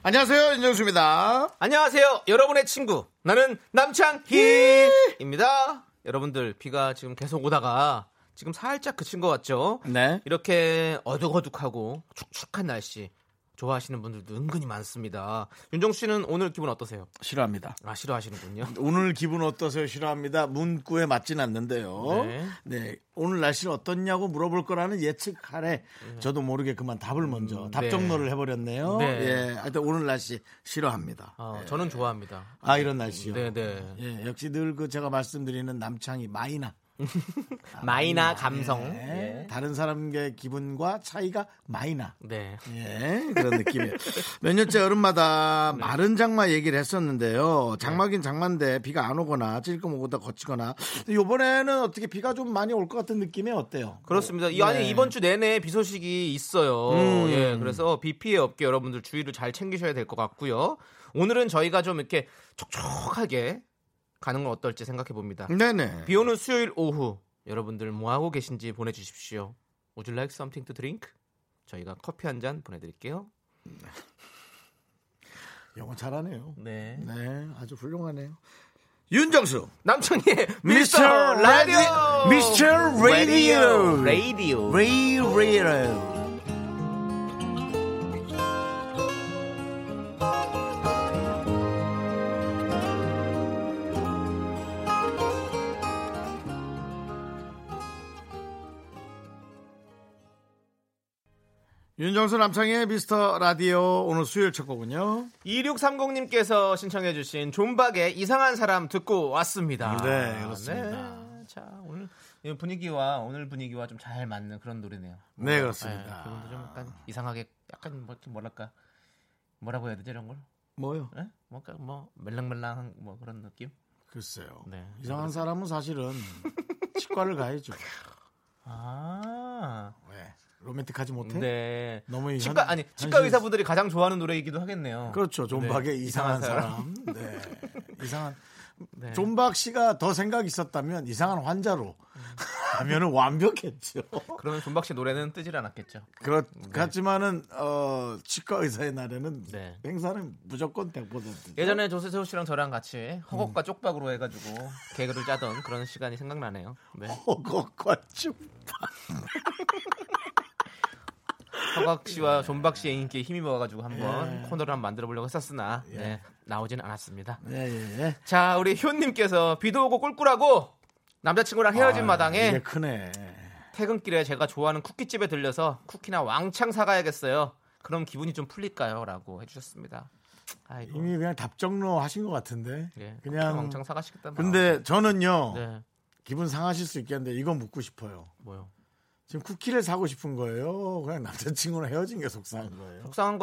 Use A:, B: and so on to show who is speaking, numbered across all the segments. A: 안녕하세요 윤정수입니다
B: 안녕하세요. 여러분의 친구. 나는 남창희입니다. 여러분들 비가 지금 계속 오다가 지금 살짝 그친 것 같죠?
A: 네
B: 이렇게 어둑어둑하고 축축한 날씨 좋아하시는 분들도 은근히 많습니다. 윤정수 씨는 오늘 기분 어떠세요?
A: 싫어합니다
B: 아, 싫어하시는군요.
A: 오늘 기분 어떠세요 싫어합니다 문구에 맞진 않는데요 네,
B: 네.
A: 오늘 날씨는 어떻냐고 물어볼 거라는 예측 아래 저도 모르게 그만 답을 먼저 답
B: 네.
A: 정로를 네. 음, 해버렸네요
B: 네.
A: 예 하여튼 오늘 날씨 싫어합니다
B: 어,
A: 예.
B: 저는 좋아합니다.
A: 아 이런 날씨요
B: 네네.
A: 예, 역시 늘 그 제가 말씀드리는 남창이 마이나 아,
B: 마이나 감성.
A: 예.
B: 예.
A: 다른 사람의 기분과 차이가 마이나
B: 네.
A: 예, 그런 느낌이에요. 몇 년째 여름마다
B: 네.
A: 마른 장마 얘기를 했었는데요. 장마긴 장마인데 비가 안 오거나 찔끔 오다 거치거나. 요번에는 어떻게 비가 좀 많이 올 것 같은 느낌이 어때요?
B: 그렇습니다. 이
A: 네. 음.
B: 아니 이번 주 내내 비 소식이 있어요. 예, 그래서 비 피해 없게 여러분들 주의를 잘 챙기셔야 될 것 같고요. 오늘은 저희가 좀 이렇게 촉촉하게 가는 건 어떨지 생각해 봅니다.
A: 네네.
B: 비 오는 수요일 오후 여러분들 뭐 하고 계신지 보내주십시오. Would you like something to drink? 저희가 커피 한 잔 보내드릴게요.
A: 영어 잘하네요.
B: 네.
A: 네, 아주 훌륭하네요. 윤정수,
B: 남청의
A: 미스터
B: 미스터
A: 라디오.
B: 라디오,
A: 미스터 라디오.
B: 라디오.
A: 레이 레이로. 윤정수 남창의 미스터 라디오 오늘 수요일 첫 곡은요.
B: 2630님께서 신청해주신 존박의 이상한 사람 듣고 왔습니다.
A: 네, 그렇습니다.
B: 네, 자, 오늘 이 분위기와 오늘 분위기와 좀 잘 맞는 그런 노래네요.
A: 네
B: 네, 그분도 좀 약간 이상하게 약간 뭐, 좀 뭐랄까 뭐라고 해야 되지 이런 걸?
A: 뭐요?
B: 네? 뭔가 뭐 melangmelang한 뭐 그런 느낌?
A: 글쎄요.
B: 네.
A: 이상한 사람은 사실은 치과를 가야죠.
B: 아,
A: 왜? 로맨틱하지 못해?
B: 네.
A: 너무 이
B: 치과
A: 현-
B: 아니 치과
A: 현실-
B: 의사분들이 가장 좋아하는 노래이기도 하겠네요.
A: 그렇죠. 존박의
B: 네,
A: 이상한, 사람. 네. 이상한. 존박 씨가 더 생각 있었다면 이상한 환자로
B: 음.
A: 하면은 완벽했죠.
B: 그러면 존박 씨 노래는 뜨질 않았겠죠.
A: 그렇, 같지만은, 어, 치과 의사의 날에는
B: 네.
A: 행사는 무조건 100%.
B: 예전에 조세호 씨랑 저랑 같이
A: 음.
B: 허걱과 쪽박으로 해가지고 개그를 짜던 그런 시간이 생각나네요. 네.
A: 허걱과 쭉.
B: 허걱
A: 네.
B: 씨와 존박 씨의 인기에 힘입어가지고 한번 코너를 한번 만들어보려고 했었으나 네, 나오지는 않았습니다.
A: 예, 예, 예.
B: 자, 우리 효님께서 비도 오고 꿀꿀하고 남자친구랑 헤어진
A: 아,
B: 마당에
A: 이게 크네.
B: 퇴근길에 제가 좋아하는 쿠키집에 들려서 쿠키나 왕창 사가야겠어요. 그럼 기분이 좀 풀릴까요? 라고 해주셨습니다. 아이고.
A: 이미 그냥 답정로 하신 것 같은데.
B: 예, 그냥
A: 그냥.
B: 왕창 사가시겠다.
A: 근데 저는요.
B: 네,
A: 기분 상하실 수 있겠는데 이거 묻고 싶어요.
B: 뭐요?
A: 지금 쿠키를 사고 싶은 거예요. 그냥 남자친구랑 헤어진 게 속상한 거예요.
B: 속상한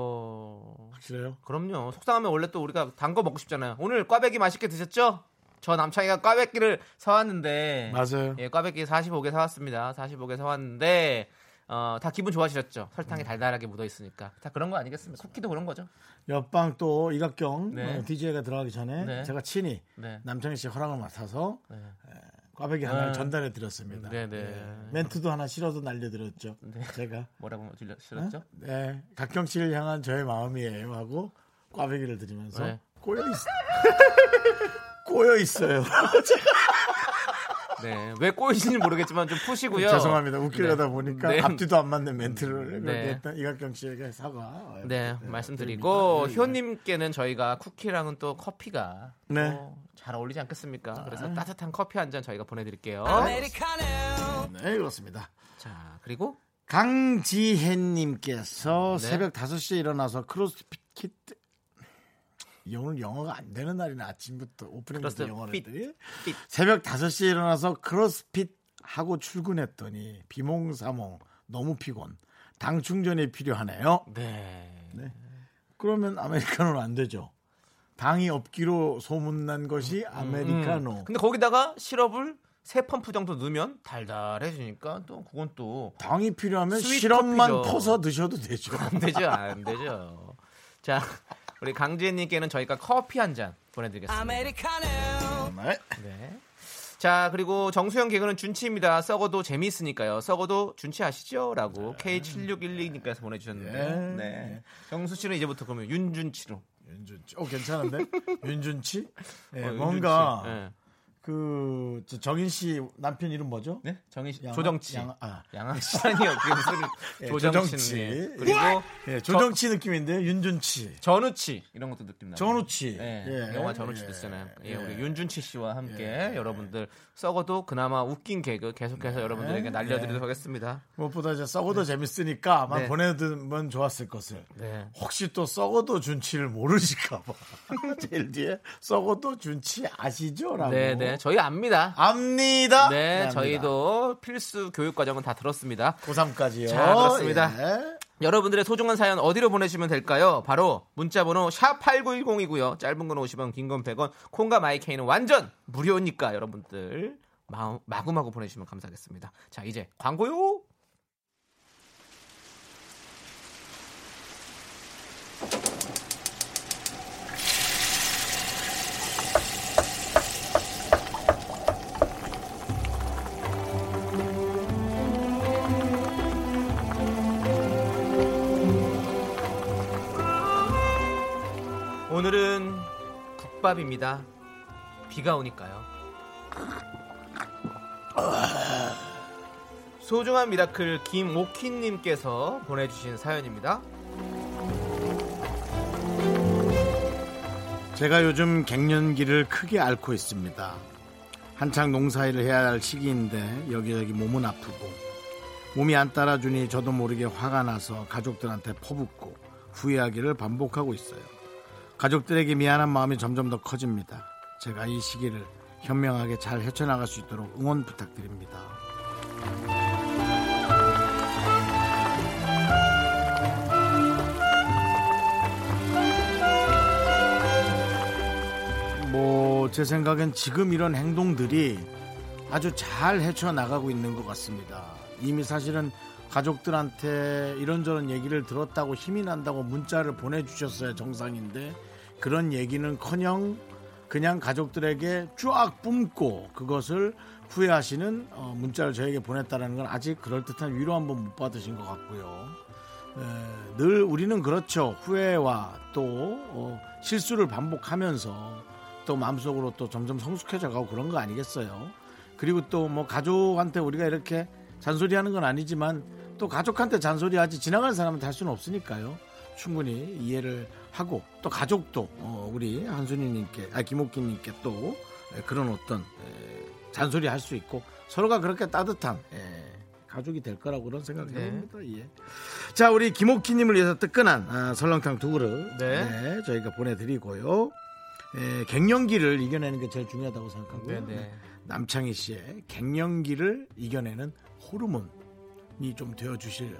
B: 거죠.
A: 확실해요?
B: 그럼요. 속상하면 원래 또 우리가 단 거 먹고 싶잖아요. 오늘 꽈배기 맛있게 드셨죠? 저 남창이가 꽈배기를 사왔는데
A: 맞아요.
B: 예, 꽈배기 45개 사왔습니다. 45개 사왔는데 어, 다 기분 좋아지셨죠? 설탕이 달달하게 묻어 있으니까 음. 다 그런 거 아니겠습니까? 쿠키도 그런 거죠.
A: 옆방 또 이각경
B: 네.
A: 어, DJ가 들어가기 전에
B: 네.
A: 제가 친히
B: 네.
A: 남창희 씨 허락을 맡아서
B: 네.
A: 에, 꽈배기 하나를
B: 네.
A: 전달해 드렸습니다.
B: 네, 네.
A: 멘트도 하나 실어서 날려드렸죠.
B: 네.
A: 제가
B: 뭐라고 질려- 싫었죠?
A: 네, 각경 씨를 향한 저의 마음이에요 하고 꽈배기를 드리면서
B: 네.
A: 꼬여 있 꼬여 있어요.
B: 네. 왜 꼬이시는지 모르겠지만 좀 푸시고요.
A: 죄송합니다. 웃기려다
B: 네.
A: 보니까
B: 네.
A: 앞뒤도 안 맞는 멘트를
B: 네.
A: 그렇게 했던 이각경 씨에게 사과.
B: 네, 예,
A: 드립니다.
B: 말씀드리고
A: 네, 네.
B: 효님께는 저희가 쿠키랑은 또 커피가
A: 네.
B: 또 잘 어울리지 않겠습니까? 그래서 따뜻한 커피 한 잔 저희가 보내드릴게요.
A: 네, 그렇습니다.
B: 자, 그리고
A: 강지혜님께서
B: 네.
A: 새벽 5시에 일어나서 크로스핏 키트 오늘 영어가 안 되는 날이네 아침부터 오프닝부터
B: 크로스핏.
A: 영어를 했더니
B: 핏.
A: 새벽 5시에 일어나서 크로스핏 하고 출근했더니 비몽사몽 너무 피곤 당 충전이 필요하네요
B: 네.
A: 그러면 아메리카노는 안 되죠. 당이 없기로 소문난 것이
B: 음.
A: 아메리카노.
B: 근데 거기다가 시럽을 세 펌프 정도 넣으면 달달해지니까 또 그건 또
A: 당이 필요하면
B: 스윗
A: 시럽만
B: 커피죠.
A: 퍼서 드셔도 되죠.
B: 안 되죠, 안 되죠. 자, 우리 강지혜님께는 저희가 커피 한 잔 보내드리겠습니다.
A: 정말.
B: 네. 자, 그리고 정수영 개그는 준치입니다. 썩어도 재미있으니까요. 썩어도 준치 아시죠? 라고 K7612님께서 보내주셨는데.
A: 네.
B: 네. 정수 씨는 이제부터 그러면 윤준치로.
A: 윤준치. 어 괜찮은데? 윤준치? 예,
B: 어, 윤준치.
A: 뭔가
B: 네.
A: 그 저, 정인 씨 남편 이름 뭐죠?
B: 네? 정희 씨.
A: 양아-
B: 조정치.
A: 양아- 아.
B: 양아 씨라니 어떻게
A: 예,
B: 무슨
A: 조정치.
B: 조정치. 네. 그리고
A: 예, 조정치 느낌인데요. 윤준치.
B: 전우치 이런 것도 느낌 나요.
A: 전우치.
B: 예,
A: 예.
B: 영화 전우치
A: 예.
B: 됐잖아요. 예,
A: 예.
B: 우리 윤준치 씨와 함께 여러분들 썩어도 그나마 웃긴 개그
A: 네,
B: 계속해서 여러분들에게 날려드리도록 하겠습니다.
A: 무엇보다 이제 썩어도 재밌으니까만
B: 네.
A: 보내두면 좋았을 것을.
B: 네.
A: 혹시 또 썩어도 준치를 모르실까봐 제일 뒤에 썩어도 준치 아시죠라고.
B: 네, 네, 저희 압니다.
A: 압니다.
B: 네, 저희도 필수 교육 과정은 다 들었습니다.
A: 고3까지요. 예.
B: 자, 그렇습니다. 여러분들의 소중한 사연 어디로 보내시면 될까요? 바로 문자번호 샵 #8910이고요. 짧은 건 50원, 긴 건 100원. 콩과 마이케이는 완전 무료니까 여러분들 마- 마구마구 보내주시면 감사하겠습니다. 자, 이제 광고요. 오늘은 국밥입니다. 비가 오니까요. 소중한 미라클 김옥희님께서 보내주신 사연입니다.
A: 제가 요즘 갱년기를 크게 앓고 있습니다. 한창 농사일을 해야 할 시기인데 여기저기 몸은 아프고 몸이 안 따라주니 저도 모르게 화가 나서 가족들한테 퍼붓고 후회하기를 반복하고 있어요. 가족들에게 미안한 마음이 점점 더 커집니다. 제가 이 시기를 현명하게 잘 헤쳐나갈 수 있도록 응원 부탁드립니다. 뭐 제 생각엔 지금 이런 행동들이 아주 잘 헤쳐나가고 있는 것 같습니다. 이미 사실은 가족들한테 이런저런 얘기를 들었다고 힘이 난다고 문자를 보내주셨어야 정상인데 그런 얘기는 커녕 그냥 가족들에게 쫙 뿜고 그것을 후회하시는 어, 문자를 저에게 보냈다는 건 아직 그럴듯한 위로 한번 못 받으신 것 같고요. 에, 예, 늘 우리는 그렇죠. 후회와 또 어, 실수를 반복하면서 또 마음속으로 또 점점 성숙해져 가고 그런 거 아니겠어요. 그리고 또 뭐 가족한테 우리가 이렇게 잔소리하는 건 아니지만 또 가족한테 잔소리하지 지나가는 사람한테 할 수는 없으니까요. 충분히 이해를 하고 또 가족도 어, 우리 한순이님께 아 김옥기님께 또 에, 그런 어떤 예, 에, 잔소리 할 수 있고 서로가 그렇게 따뜻한 에, 가족이 될 거라고 그런 생각이
B: 네.
A: 듭니다. 예. 자 우리 김옥희님을 위해서 뜨끈한 아, 설렁탕 두 그릇
B: 네.
A: 네, 저희가 보내드리고요. 에, 갱년기를 이겨내는 게 제일 중요하다고 생각하고요. 네.
B: 음.
A: 남창희 씨의 갱년기를 이겨내는 호르몬이 좀 되어 주실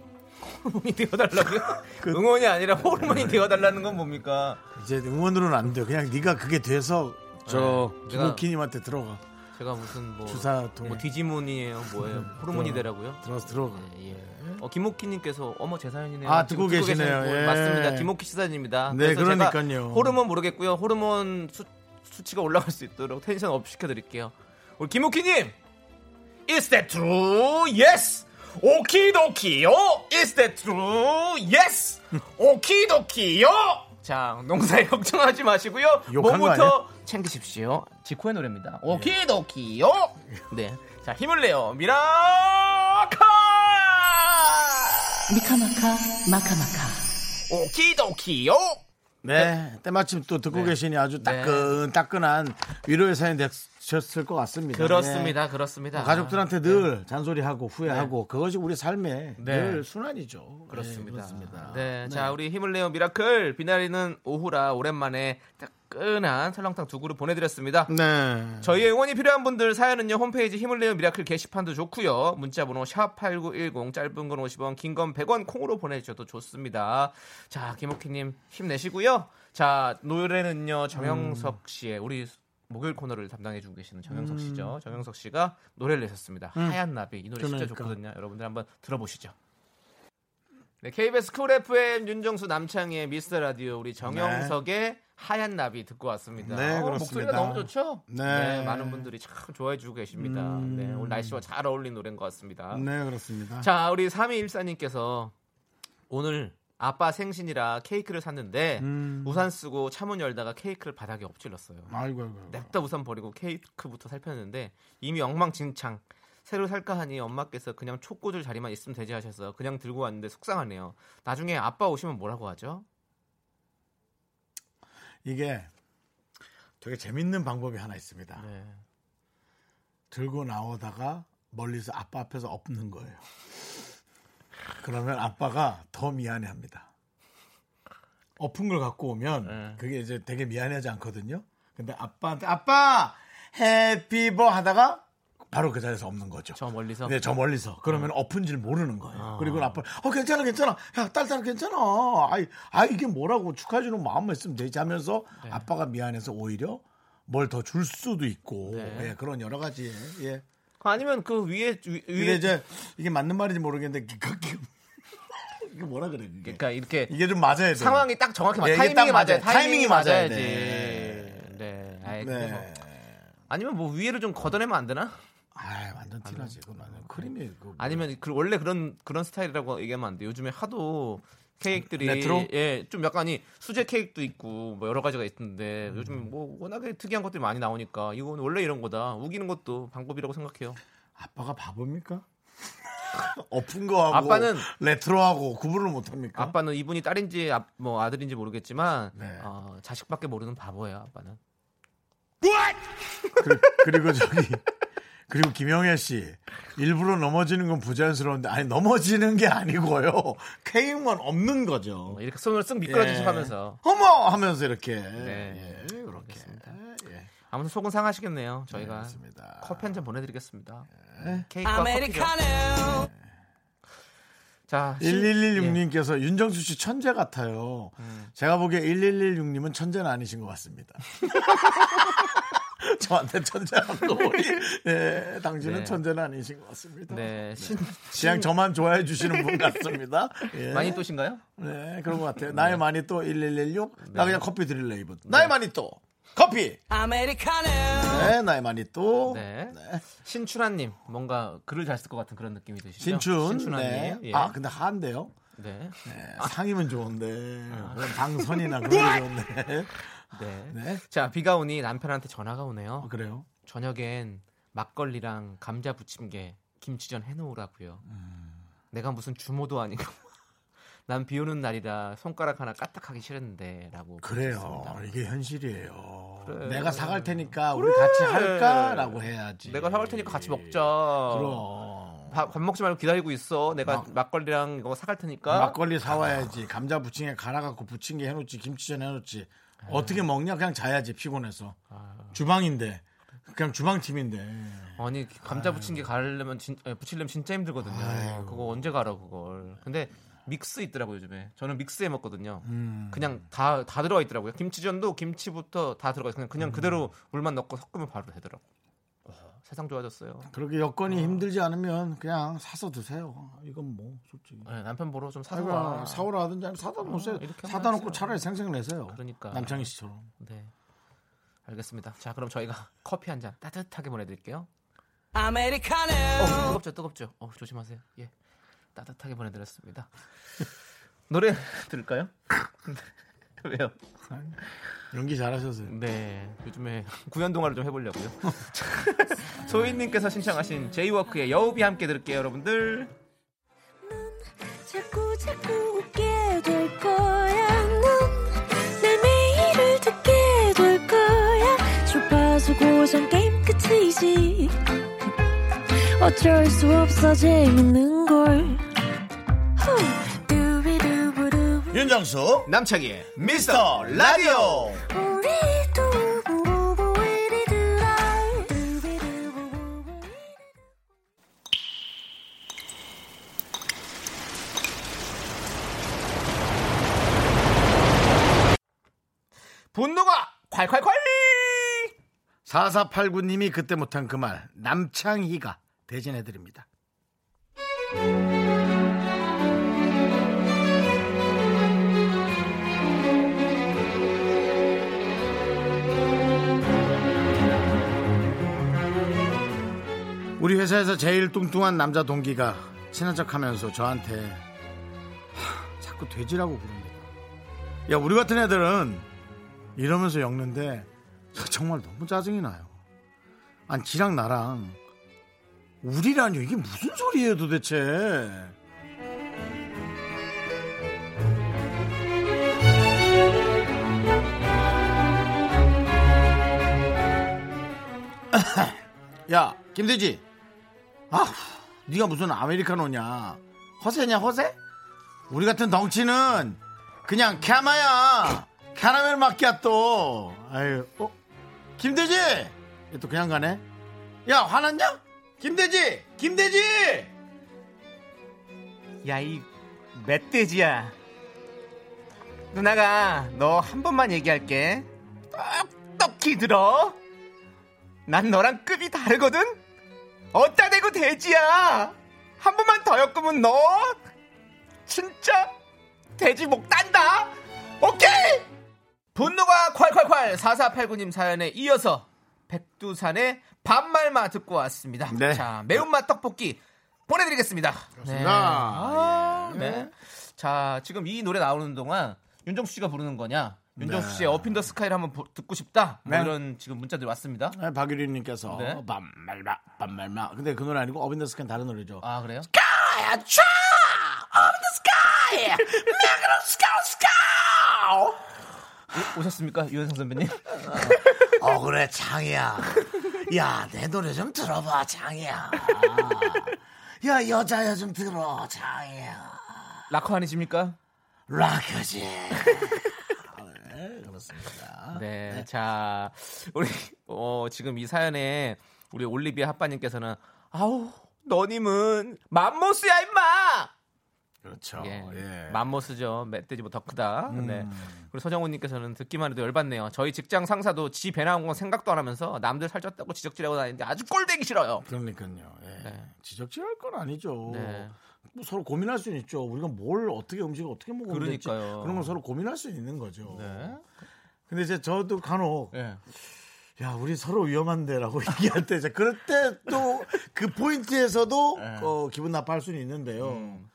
B: 호르몬이 되어달라고요? 응원이 아니라 호르몬이 되어달라는 건 뭡니까?
A: 이제 응원으로는 안 돼요. 그냥 네가 그게 돼서 저
B: 네, 제가-
A: 김옥희님한테 들어가
B: 제가 무슨 뭐
A: 주사통.
B: 뭐 디지몬이에요, 뭐예요? 호르몬이 되라고요?
A: 들어서 들어가.
B: 예, 예. 어, 김옥희님께서 어머 제
A: 네.
B: 사연이네요.
A: 아,
B: 지금
A: 듣고 계시네요.
B: 계시는 분.
A: 예.
B: 맞습니다. 김옥희 시사입니다.
A: 네, 그러니까요.
B: 호르몬 모르겠고요. 호르몬 수, 수치가 올라갈 수 있도록 텐션 업 시켜드릴게요. 우리 김옥희님, is that true? Yes. 오키도키요. Is that true? Yes. 오키도키요. 자, 농사에 걱정하지 마시고요.
A: 욕한 거
B: 몸부터 챙기십시오. 지코의 노래입니다. 오키도키요. 네. 자, 힘을 내요. 미라카!
C: 미카마카 마카마카
B: 오키도키요.
A: 네, 때마침 또 듣고 계시니
B: 네.
A: 아주 따끈 따끈한 위로의 사연 되셨을 것 같습니다.
B: 그렇습니다.
A: 네.
B: 그렇습니다.
A: 가족들한테 늘 잔소리하고 후회하고 그것이 우리 삶의
B: 네.
A: 늘 순환이죠.
B: 그렇습니다.
A: 네, 그렇습니다.
B: 네, 자 우리 힘을 내요 미라클 비나리는 오후라 오랜만에 뜨끈한 설렁탕 두 그릇 보내드렸습니다.
A: 네.
B: 저희의 응원이 필요한 분들 사연은요 홈페이지 힘을 내요 미라클 게시판도 좋고요 문자번호 샵 #8910 짧은 건 50원, 긴 건 100원 콩으로 보내주셔도 좋습니다. 자 김옥희님 힘내시고요. 자 노래는요
A: 음.
B: 정영석 씨의 우리 목요일 코너를 담당해주고 계시는 정영석 씨죠. 정영석 씨가 노래를 내셨습니다. 하얀 나비 이 노래 진짜
A: 음. 그러니까.
B: 좋거든요. 여러분들 한번 들어보시죠. 네, KBS 쿨 FM 윤정수 남창희의 미스터 라디오 우리 정영석의 하얀 나비 듣고 왔습니다.
A: 네,
B: 어,
A: 그렇습니다.
B: 목소리가 너무 좋죠?
A: 네. 음.
B: 많은 분들이 참 좋아해 주고 계십니다. 네, 오늘 날씨와 잘 어울린 노래인 것 같습니다.
A: 네, 그렇습니다.
B: 자, 우리 3214님께서 오늘 아빠 생신이라 케이크를 샀는데
A: 음.
B: 우산 쓰고 차문 열다가 케이크를 바닥에 엎질렀어요.
A: 아이고, 아이고. 아이고.
B: 냅다 우산 버리고 케이크부터 살폈는데 이미 엉망진창. 새로 살까 하니 엄마께서 그냥 촉구줄 자리만 있으면 되지 하셔서 그냥 들고 왔는데 속상하네요. 나중에 아빠 오시면 뭐라고 하죠?
A: 이게 되게 재밌는 방법이 하나 있습니다.
B: 네.
A: 들고 나오다가 멀리서 아빠 앞에서 엎는 거예요. 그러면 아빠가 더 미안해 합니다. 엎은 걸 갖고 오면 그게 이제 되게 미안해하지 않거든요. 근데 아빠한테 아빠 해피버 하다가 바로 그 자리에서 엎는 거죠.
B: 저 멀리서 어.
A: 네, 저 멀리서. 그러면 엎은 줄 모르는 거예요. 그리고 아빠, 어, 괜찮아, 괜찮아. 야, 딸, 딸, 괜찮아. 아이, 아 이게 뭐라고 축하해주는 마음만 있으면 되지 하면서
B: 네.
A: 아빠가 미안해서 오히려 뭘 더 줄 수도 있고.
B: 네.
A: 예, 그런 여러 가지. 예.
B: 아니면 그 위에 위,
A: 근데
B: 위에
A: 이제 이게 맞는 말인지 모르겠는데, 기각기 이게 뭐라 그래, 그게.
B: 그러니까 이렇게
A: 이게 좀 맞아야 돼.
B: 상황이 딱 정확히 맞
A: 네, 이게
B: 타이밍이
A: 딱
B: 맞아요.
A: 맞아요.
B: 타이밍이
A: 타이밍이 맞아야
B: 맞아야지.
A: 돼.
B: 네. 아이,
A: 네.
B: 근데 뭐- 아니면 뭐 위에를 좀 걷어내면 안 되나?
A: 아 완전 티나지. 그건
B: 아,
A: 완전 크림이. 그
B: 아니면 그 원래 그런 그런 스타일이라고 얘기하면 안 돼. 요즘에 하도 케이크들이
A: 레트로?
B: 예, 좀 약간이 수제 케이크도 있고 뭐 여러 가지가 있는데 요즘 뭐 워낙에 특이한 것들이 많이 나오니까 이건 원래 이런 거다. 우기는 것도 방법이라고 생각해요.
A: 아빠가 바보입니까? 엎은 거하고.
B: 아빠는-
A: 레트로하고 구분을 못합니까?
B: 아빠는 이분이 딸인지 아, 뭐 아들인지 모르겠지만
A: 네.
B: 어, 자식밖에 모르는 바보예요, 아빠는.
A: 그리- 그리고 저기 그리고 김영애 씨 일부러 넘어지는 건 부자연스러운데 아니 넘어지는 게 아니고요 케이크만 없는 거죠.
B: 뭐 이렇게 손을 쓱 미끄러지듯
A: 예.
B: 하면서
A: 어머 하면서 이렇게
B: 네.
A: 예, 그렇게 예,
B: 아무튼 속은 상하시겠네요. 저희가
A: 그렇습니다.
B: 커피 한 잔 보내드리겠습니다.
A: 예.
B: 케이크와 커피죠. 자, 시- 예.
A: 1116님께서 윤정수 씨 천재 같아요.
B: 음.
A: 제가 보기에 1116님은 천재는 아니신 것 같습니다. 저한테 천재라고 보니 예, 당신은
B: 네.
A: 천재는 아니신 것 같습니다.
B: 네, 신,
A: 그냥 저만 좋아해 주시는 분 같습니다. 예.
B: 많이 또신가요?
A: 네, 그런 것 같아요. 나의 많이 또 1116. 나
B: 네.
A: 그냥 커피 드릴래, 이분. 나의 많이 또 커피. 아메리카노. 네, 나의 많이 또.
B: 네. 신춘하님 뭔가 글을 잘 쓸 것 같은 그런 느낌이 드시죠?
A: 신춘. 네.
B: 신춘하님. 예.
A: 아, 근데 한데요.
B: 네.
A: 네, 상임은 좋은데.
B: 아.
A: 그런 당선이나 그런 게 좋은데.
B: 네.
A: 네.
B: 자 비가 오니 남편한테 전화가 오네요.
A: 어, 그래요.
B: 저녁엔 막걸리랑 감자 부침개, 김치전 해놓으라고요.
A: 음.
B: 내가 무슨 주모도 아니고 난 비오는 날이라 손가락 하나 까딱하기 싫었는데라고.
A: 그래요.
B: 보내주셨습니다.
A: 이게 현실이에요.
B: 그래.
A: 내가 사갈 테니까 우리 같이 할까라고 해야지.
B: 내가 사갈 테니까 같이 먹자.
A: 예. 그럼.
B: 밥, 밥 먹지 말고 기다리고 있어. 내가 막, 걸리랑 이거 사갈 테니까.
A: 막걸리 사와야지. 감자 부침개 갈아갖고 부침개 해놓지. 김치전 해놓지. 어떻게 먹냐? 그냥 자야지 피곤해서.
B: 아.
A: 주방인데. 그냥 주방팀인데.
B: 아니 감자 부침개 가려면 진, 에, 부치려면 진짜 힘들거든요. 그거 언제 갈아 그걸. 근데 믹스 있더라고 요 요즘에. 저는 믹스해 먹거든요.
A: 음.
B: 그냥 다 다 들어가 있더라고요. 김치전도 김치부터 다 들어가
A: 음.
B: 있어요. 그냥 그냥 그대로 물만 넣고 섞으면 바로 되더라고. 와, 세상 좋아졌어요.
A: 그렇게 여건이 힘들지 않으면 그냥 사서 드세요. 이건 뭐 솔직히.
B: 네, 남편 보러 좀 사서 와.
A: 아이고, 사오라 하든지 아니면 사다 놓으세요.
B: 이렇게 하면
A: 사다 놓고
B: 되죠.
A: 차라리 생생 내세요.
B: 그러니까.
A: 남창희 씨처럼.
B: 네. 알겠습니다. 자, 그럼 저희가 커피 한 잔 따뜻하게 보내드릴게요. 아메리카노. 어, 뜨겁죠, 뜨겁죠. 어, 조심하세요. 예, 따뜻하게 보내드렸습니다. 노래 들을까요? 왜요?
A: 연기 잘하셔서요.
B: 네, 요즘에 구연 동화를 좀 해보려고요. 소희님께서 신청하신 제이워크의 여우비 함께 들을게요, 여러분들.
D: 자꾸 자꾸 웃게 될 거야. 넌내 매일을 듣게 될 거야. 주파수 고정 게임 끝이지. 어쩔 수 없어 재밌는 걸. 후. 두비두부두.
A: 윤정수
B: 남창희의
A: 미스터 라디오.
D: 우리
B: 분노가 콸콸콸!
A: 4489님이 그때 못한 그 말 남창희가 대신해드립니다. 우리 회사에서 제일 뚱뚱한 남자 동기가 친한 척하면서 저한테 "하, 자꾸 돼지라고 부릅니다. 야 우리 같은 애들은 이러면서 엮는데 정말 너무 짜증이 나요. 아니 지랑 나랑 우리라뇨 이게 무슨 소리예요 도대체. 야 김대지 아 네가 무슨 아메리카노냐 허세냐 허세? 우리 같은 덩치는 그냥 캐마야 캐러멜 마키아또 아유 어 김대지 얘또 그냥 가네 야 화났냐 김대지 김대지 네.
B: 야, 이 멧돼지야. 누나가 너 한 번만 얘기할게. 똑똑히 들어. 난 너랑 급이 다르거든? 어따 대고 돼지야. 한 번만 더 엮으면 너 진짜 돼지 목 딴다. 오케이! 분노가 콸콸콸 4489님 사연에 이어서 백두산의 반말마 듣고 왔습니다.
A: 네.
B: 자, 매운맛 떡볶이 보내드리겠습니다. 네. 아, 네. 자, 지금 이 노래 나오는 동안 윤정수 씨가 부르는 거냐? 윤정수
A: 네.
B: 씨의 어핀더 스카이를 한번 부- 듣고 싶다. 뭐
A: 네.
B: 이런 지금 문자들이 왔습니다.
A: 아, 박유리님께서
B: 네.
A: 반말마 반말마 근데 그 노래 아니고 어빈더스캔 다른 노래죠
B: 아, 그래요?
A: 아차 어빈더스카이 매그로스카우스카우
B: 오셨습니까? 유현상 선배님?
A: 어 그래 장이야 야 내 노래 좀 들어봐 장이야 야 여자야 좀 들어 장이야
B: 락커 아니십니까?
A: 락커지 네, 그렇습니다
B: 네, 자 우리 어, 지금 이 사연에 우리 올리비아 핫바님께서는 아우 너님은 맘모스야 임마.
A: 그렇죠
B: 예,
A: 예. 음.
B: 맘모스죠. 멧돼지보다 더 크다. 네. 그리고 서정훈님께서는 듣기만 해도 열받네요. 저희 직장 상사도 지 배 나온 건 생각도 안 하면서 남들 살쪘다고 지적질하고 다니는데 아주 꼴대기 싫어요.
A: 그러니까요 예.
B: 네.
A: 지적질할 건 아니죠
B: 네.
A: 뭐 서로 고민할 수는 있죠 우리가 뭘 어떻게 음식을 어떻게 먹으면 될지
B: 그러니까요.
A: 그런 걸 서로 고민할 수 있는 거죠
B: 네.
A: 근데 이제 저도 간혹
B: 예.
A: 야, 우리 서로 위험한데라고 얘기할 때, 이제 그럴 때 또 그 포인트에서도
B: 네.
A: 어, 기분 나빠할 수는 있는데요.
B: 음.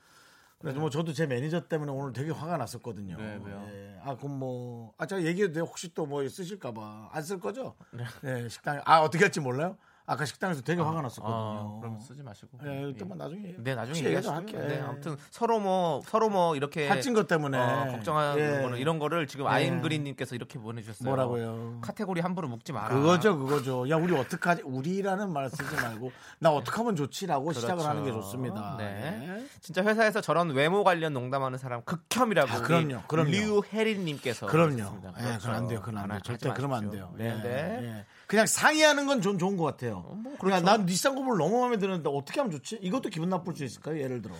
A: 그래서 뭐 저도 제 매니저 때문에 오늘 되게 화가 났었거든요.
B: 네, 왜요?
A: 예. 아, 그럼 뭐, 아, 제가 얘기해도 돼요? 혹시 또 뭐 쓰실까봐. 안 쓸 거죠? 네, 식당에. 아, 어떻게 할지 몰라요? 아까 식당에서 되게 화가
B: 어,
A: 났었거든요.
B: 그럼 쓰지 마시고.
A: 예,
B: 예.
A: 일단만 나중에.
B: 네, 나중에
A: 혹시
B: 얘기하죠.
A: 할게요.
B: 네,
A: 예.
B: 아무튼 서로 뭐 서로 뭐 이렇게
A: 살찐 것 때문에.
B: 어, 걱정하는
A: 예.
B: 거는 이런 거를 지금 아임그린님께서 이렇게 보내주셨어요.
A: 뭐라고요?
B: 카테고리 함부로 묶지 마라.
A: 그거죠, 그거죠. 야, 우리 어떡하지? 우리라는 말 쓰지 말고, 나 어떡하면 좋지라고 시작을
B: 그렇죠.
A: 하는 게 좋습니다.
B: 네.
A: 네.
B: 진짜 회사에서 저런 외모 관련 농담하는 사람 극혐이라고.
A: 아, 그럼요,
B: 우리
A: 그럼요.
B: 류혜린님께서.
A: 그럼요.
B: 하셨습니다.
A: 예, 그건 안 돼요. 그건 안 돼요.
B: 어, 하지
A: 절대 그러면 안 돼요. 예,
B: 마십시오. 네. 어, 뭐 네.
A: 예. 그냥 상의하는 건 전 좋은 것 같아요. 그러니까
B: 그렇죠.
A: 난네 쌍꺼풀 너무 마음에 드는데 어떻게 하면 좋지? 이것도 기분 나쁠 수 있을까요? 예를 들어.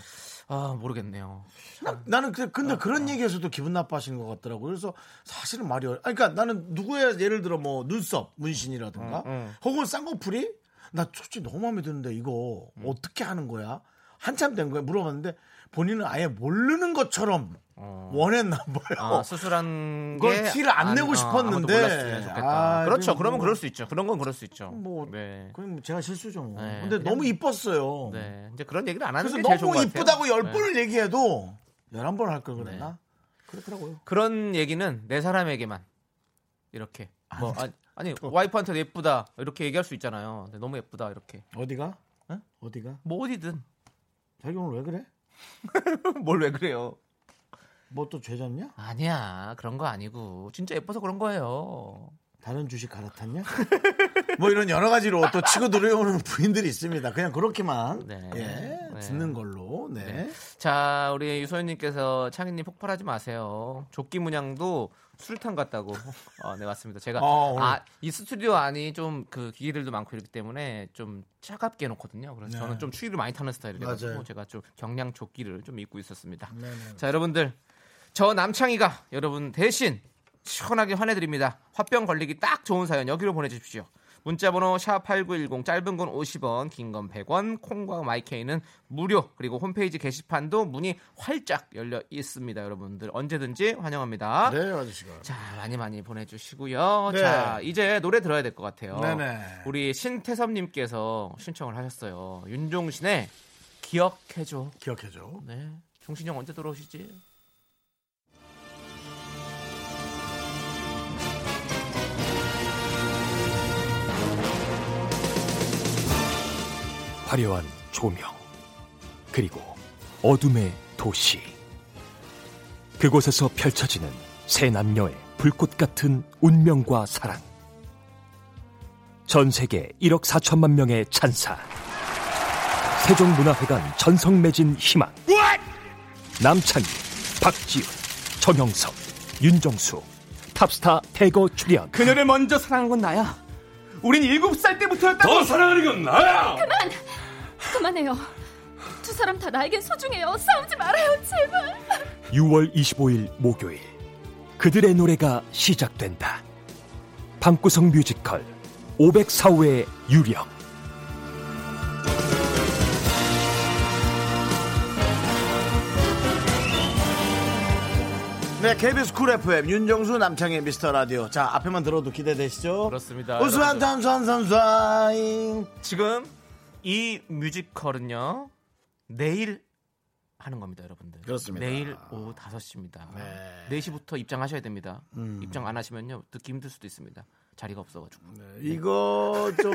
B: 아 모르겠네요.
A: 나, 는 근데, 근데 그런 얘기에서도 기분 나빠하시는 것 같더라고요. 그래서 사실은 말이 어려. 아니, 그러니까 나는 누구의 예를 들어 뭐 눈썹 문신이라든가 혹은 쌍꺼풀이 나 솔직히 너무 마음에 드는데 이거 어떻게 하는 거야? 한참 된 거야 물어봤는데 본인은 아예 모르는 것처럼 원했나 봐요.
B: 어, 아, 수술한
A: 어. 그걸
B: 게
A: 티를 안 내고
B: 아,
A: 싶었는데.
B: 아무도 몰랐으면 좋겠다.
A: 아,
B: 그렇죠.
A: 그리고
B: 그러면
A: 뭐-
B: 그럴 수 있죠. 그런 건 그럴 수 있죠.
A: 뭐
B: 네.
A: 그럼 제가 실수죠. 뭐.
B: 네,
A: 근데
B: 그냥-
A: 너무 이뻤어요.
B: 네. 이제 그런 얘기를 안 하는
A: 그래서
B: 게 제일 좋은 것
A: 너무
B: 같아요.
A: 이쁘다고 열
B: 네.
A: 번을 얘기해도 열한 번 할 걸 그랬나? 네. 그렇더라고요.
B: 그런 얘기는 내 사람에게만 이렇게 뭐 아니, 아니 와이프한테도 예쁘다 이렇게 얘기할 수 있잖아요. 근데 너무 예쁘다 이렇게
A: 어디가?
B: 어?
A: 네? 어디가?
B: 뭐 어디든
A: 자기 오늘 왜 그래?
B: 뭘 왜 그래요?
A: 뭐 또 죄졌냐?
B: 아니야 그런 거 아니고 진짜 예뻐서 그런 거예요.
A: 다른 주식 갈아탔냐? 뭐 이런 여러 가지로 또 치고 들어오는 부인들이 있습니다. 그냥 그렇게만
B: 네.
A: 예,
B: 네.
A: 듣는 걸로. 네.
B: 자 우리 유소연님께서 창희님 폭발하지 마세요. 조끼 문양도 술탄 같다고. 어, 네 맞습니다. 제가
A: 아, 오늘-
B: 아, 이 스튜디오 안이 좀 그 기계들도 많고 이렇기 때문에 좀 차갑게 해놓거든요. 그래서
A: 네.
B: 저는 좀 추위를 많이 타는 스타일이라서
A: 맞아요.
B: 제가 좀 경량 조끼를 좀 입고 있었습니다.
A: 네, 네.
B: 자 여러분들 저 남창희가 여러분 대신 시원하게 환해드립니다. 화병 걸리기 딱 좋은 사연 여기로 보내주십시오. 문자번호 샵8910 짧은 건 50원 긴 건 100원 콩과 마이케이는 무료 그리고 홈페이지 게시판도 문이 활짝 열려 있습니다. 여러분들 언제든지 환영합니다.
A: 네, 아저씨가.
B: 자 많이 많이 보내주시고요.
A: 네.
B: 자 이제 노래 들어야 될 것 같아요.
A: 네네.
B: 우리 신태섭님께서 신청을 하셨어요. 윤종신의 기억해줘.
A: 기억해줘.
B: 네. 종신이 형 언제 돌아오시지?
E: 화려한 조명 그리고 어둠의 도시 그곳에서 펼쳐지는 세 남녀의 불꽃 같은 운명과 사랑 전 세계 1억 4천만 명의 찬사 세종문화회관 전성매진 희망 남창희, 박지훈, 정영석, 윤정수 탑스타 태거 출연
B: 그녀를 먼저 사랑한 건 나야. 우린 일곱 살 때부터였다.
F: 더 사랑하는 건 나야!
G: 그만해요. 두 사람 다 나에겐 소중해요. 싸우지 말아요, 제발.
E: 6월 25일 목요일 그들의 노래가 시작된다. 방구석 뮤지컬 504호의 유령
A: 네, KBS 쿨 FM 윤정수 남창의 미스터 라디오. 자, 앞에만 들어도 기대되시죠?
B: 그렇습니다.
A: 우수한
B: 여러분들.
A: 탄수한 선수아잉.
B: 지금 이 뮤지컬은요. 내일 하는 겁니다, 여러분들.
A: 그렇습니다.
B: 내일 오후 5시입니다.
A: 네. 음.
B: 4시부터 입장하셔야 됩니다. 입장 안 하시면요. 듣기 힘들 수도 있습니다. 자리가 없어 가지고.
A: 네. 이거 좀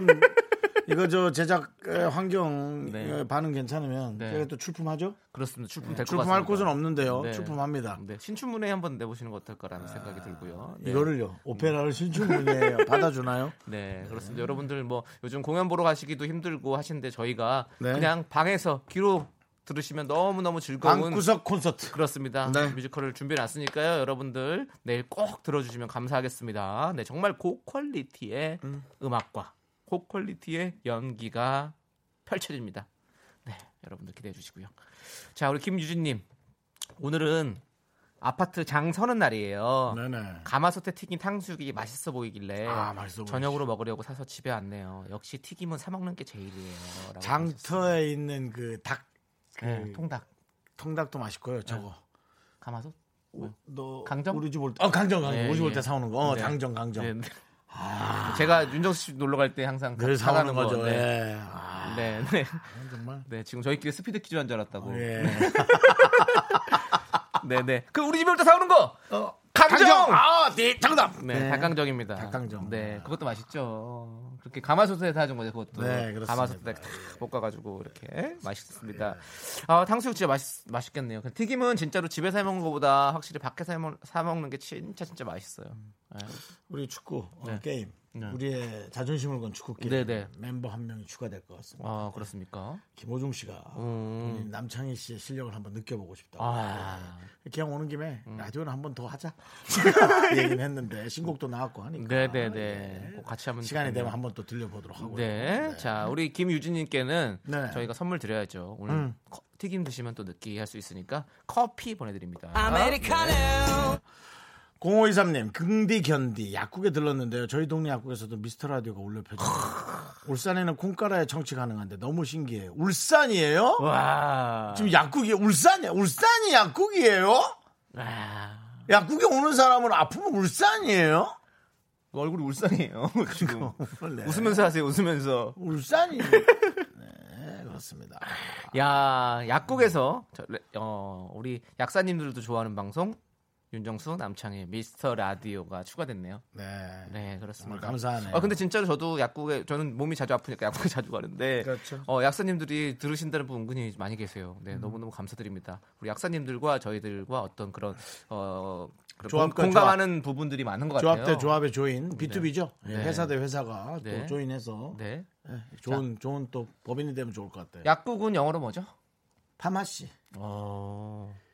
A: 이거 저 제작 에, 환경
B: 네.
A: 에, 반응 괜찮으면
B: 네.
A: 저희가 또 출품하죠?
B: 그렇습니다. 출품 될것 같습니다.
A: 네, 출품할 곳은 없는데요.
B: 네.
A: 출품합니다.
B: 네, 신춘문예 한번 내보시는 거 어떨까라는 생각이 들고요. 네.
A: 아, 이거를요. 오페라를 신춘문예 받아주나요?
B: 네, 그렇습니다. 여러분들 뭐 요즘 공연 보러 가시기도 힘들고 하시는데 저희가
A: 네.
B: 그냥 방에서 귀로 들으시면 너무너무 즐거운
A: 방구석 콘서트.
B: 그렇습니다.
A: 네.
B: 뮤지컬을 준비해 놨으니까요. 여러분들 내일 꼭 들어주시면 감사하겠습니다. 네, 정말 고퀄리티의 음. 악과 고퀄리티의 연기가 펼쳐집니다. 네, 여러분들 기대해 주시고요. 자, 우리 김유진님 오늘은 아파트 장 서는 날이에요.
A: 어. 네네.
B: 가마솥에 튀긴 탕수육이 맛있어 보이길래
A: 아, 맛있어 보이지.
B: 저녁으로 먹으려고 사서 집에 왔네요. 역시 튀김은 사 먹는 게 제일이에요. 라고 하셨어요.
A: 아, 장터에 있는 그 닭
B: 네, 통닭
A: 통닭도 맛있고요. 저거.
B: 가마솥
A: 네. 너
B: 강정?
A: 우리 집 올 때. 어 강정 강정.
B: 예,
A: 우리 집 올
B: 예.
A: 때 사오는 거. 어,
B: 네.
A: 강정 강정. 아.
B: 네, 네. 제가 윤정수 씨 놀러 갈 때 항상 가-
A: 늘 사오는
B: 사가는 거,
A: 거죠.
B: 네.
A: 예. 아,
B: 네, 네.
A: 정말.
B: 네, 지금 저희끼리 스피드 퀴즈 한 줄 알았다고.
A: 예.
B: 네, 네. 그 우리 집에 올 때 사오는 거.
A: 어,
B: 강정!
A: 아, 네, 정답.
B: 네, 닭강정입니다.
A: 닭강정.
B: 네, 그것도 맛있죠. 그렇게 가마솥에 사준 거죠, 그것도.
A: 네, 그렇습니다.
B: 가마솥에 다 볶아가지고 이렇게 맛있습니다. 아, 탕수육 진짜 맛있, 맛있겠네요. 그 튀김은 진짜로 집에서 해 먹는 것보다 확실히 밖에서 해 먹, 사 먹는 게 진짜 진짜 맛있어요.
A: 음. 우리 축구 어,
B: 네.
A: 게임.
B: 네.
A: 우리의 자존심을 건 축구 게임.
B: 네, 네.
A: 멤버 한 명이 추가될 것 같습니다.
B: 아, 그렇습니까?
A: 김호중 씨가
B: 음.
A: 우리 남창희 씨의 실력을 한번 느껴보고 싶다고.
B: 아.
A: 네. 그냥 오는 김에
B: 음.
A: 라디오는 한번 더 하자. 얘기는 했는데 신곡도 나왔고 하니까.
B: 네, 네, 네. 꼭 같이 하면
A: 시간이
B: 좋겠네요.
A: 되면 한번 또 들려보도록 하고요.
B: 네. 자, 우리 김유진님께는
A: 네. 음.
B: 저희가 선물 드려야죠. 오늘 커- 튀김 드시면 또 느끼게 할 수 있으니까 커피 보내드립니다.
A: 아. 0523님, 긍디 견디 약국에 들렀는데요. 저희 동네 약국에서도 미스터 라디오가 올려 펴져. 울산에는 콩가라에 청취 가능한데 너무 신기해요. 울산이에요?
B: 어. 와.
A: 지금 약국이 울산이야. 울산이 약국이에요?
B: 와.
A: 약국에 오는 사람은 아프면 울산이에요? 그러니까
B: 얼굴이 울상해요. 지금.
A: 원래.
B: 웃으면서 하세요. 웃으면서.
A: 울산이. 네, 그렇습니다.
B: 야 약국에서 저, 레- 어, 우리 약사님들도 좋아하는 방송 윤정수 남창의 미스터 라디오가 추가됐네요.
A: 네.
B: 네
A: 정말
B: 그렇습니다.
A: 감사하네요.
B: 아 근데 진짜로 저도 약국에 저는 몸이 자주 아프니까 약국에 자주 가는데
A: 그렇죠. 음.
B: 어, 약사님들이 들으신다는 분 은근히 많이 계세요. 네 너무 너무 감사드립니다. 우리 약사님들과 저희들과 어떤 그런 어 그런
A: 조합과
B: 공- 공감하는 부분이 많은 것 같아요.
A: 조합 대 조합의 조인, B2B죠. 예,
B: 네.
A: 회사 대 회사가
B: 네.
A: 또 조인해서
B: 네
A: 네, 좋은 좋은 또 법인이 되면 좋을 것 같아요.
B: 약국은 영어로 뭐죠?
A: 파마씨.
B: 어 아.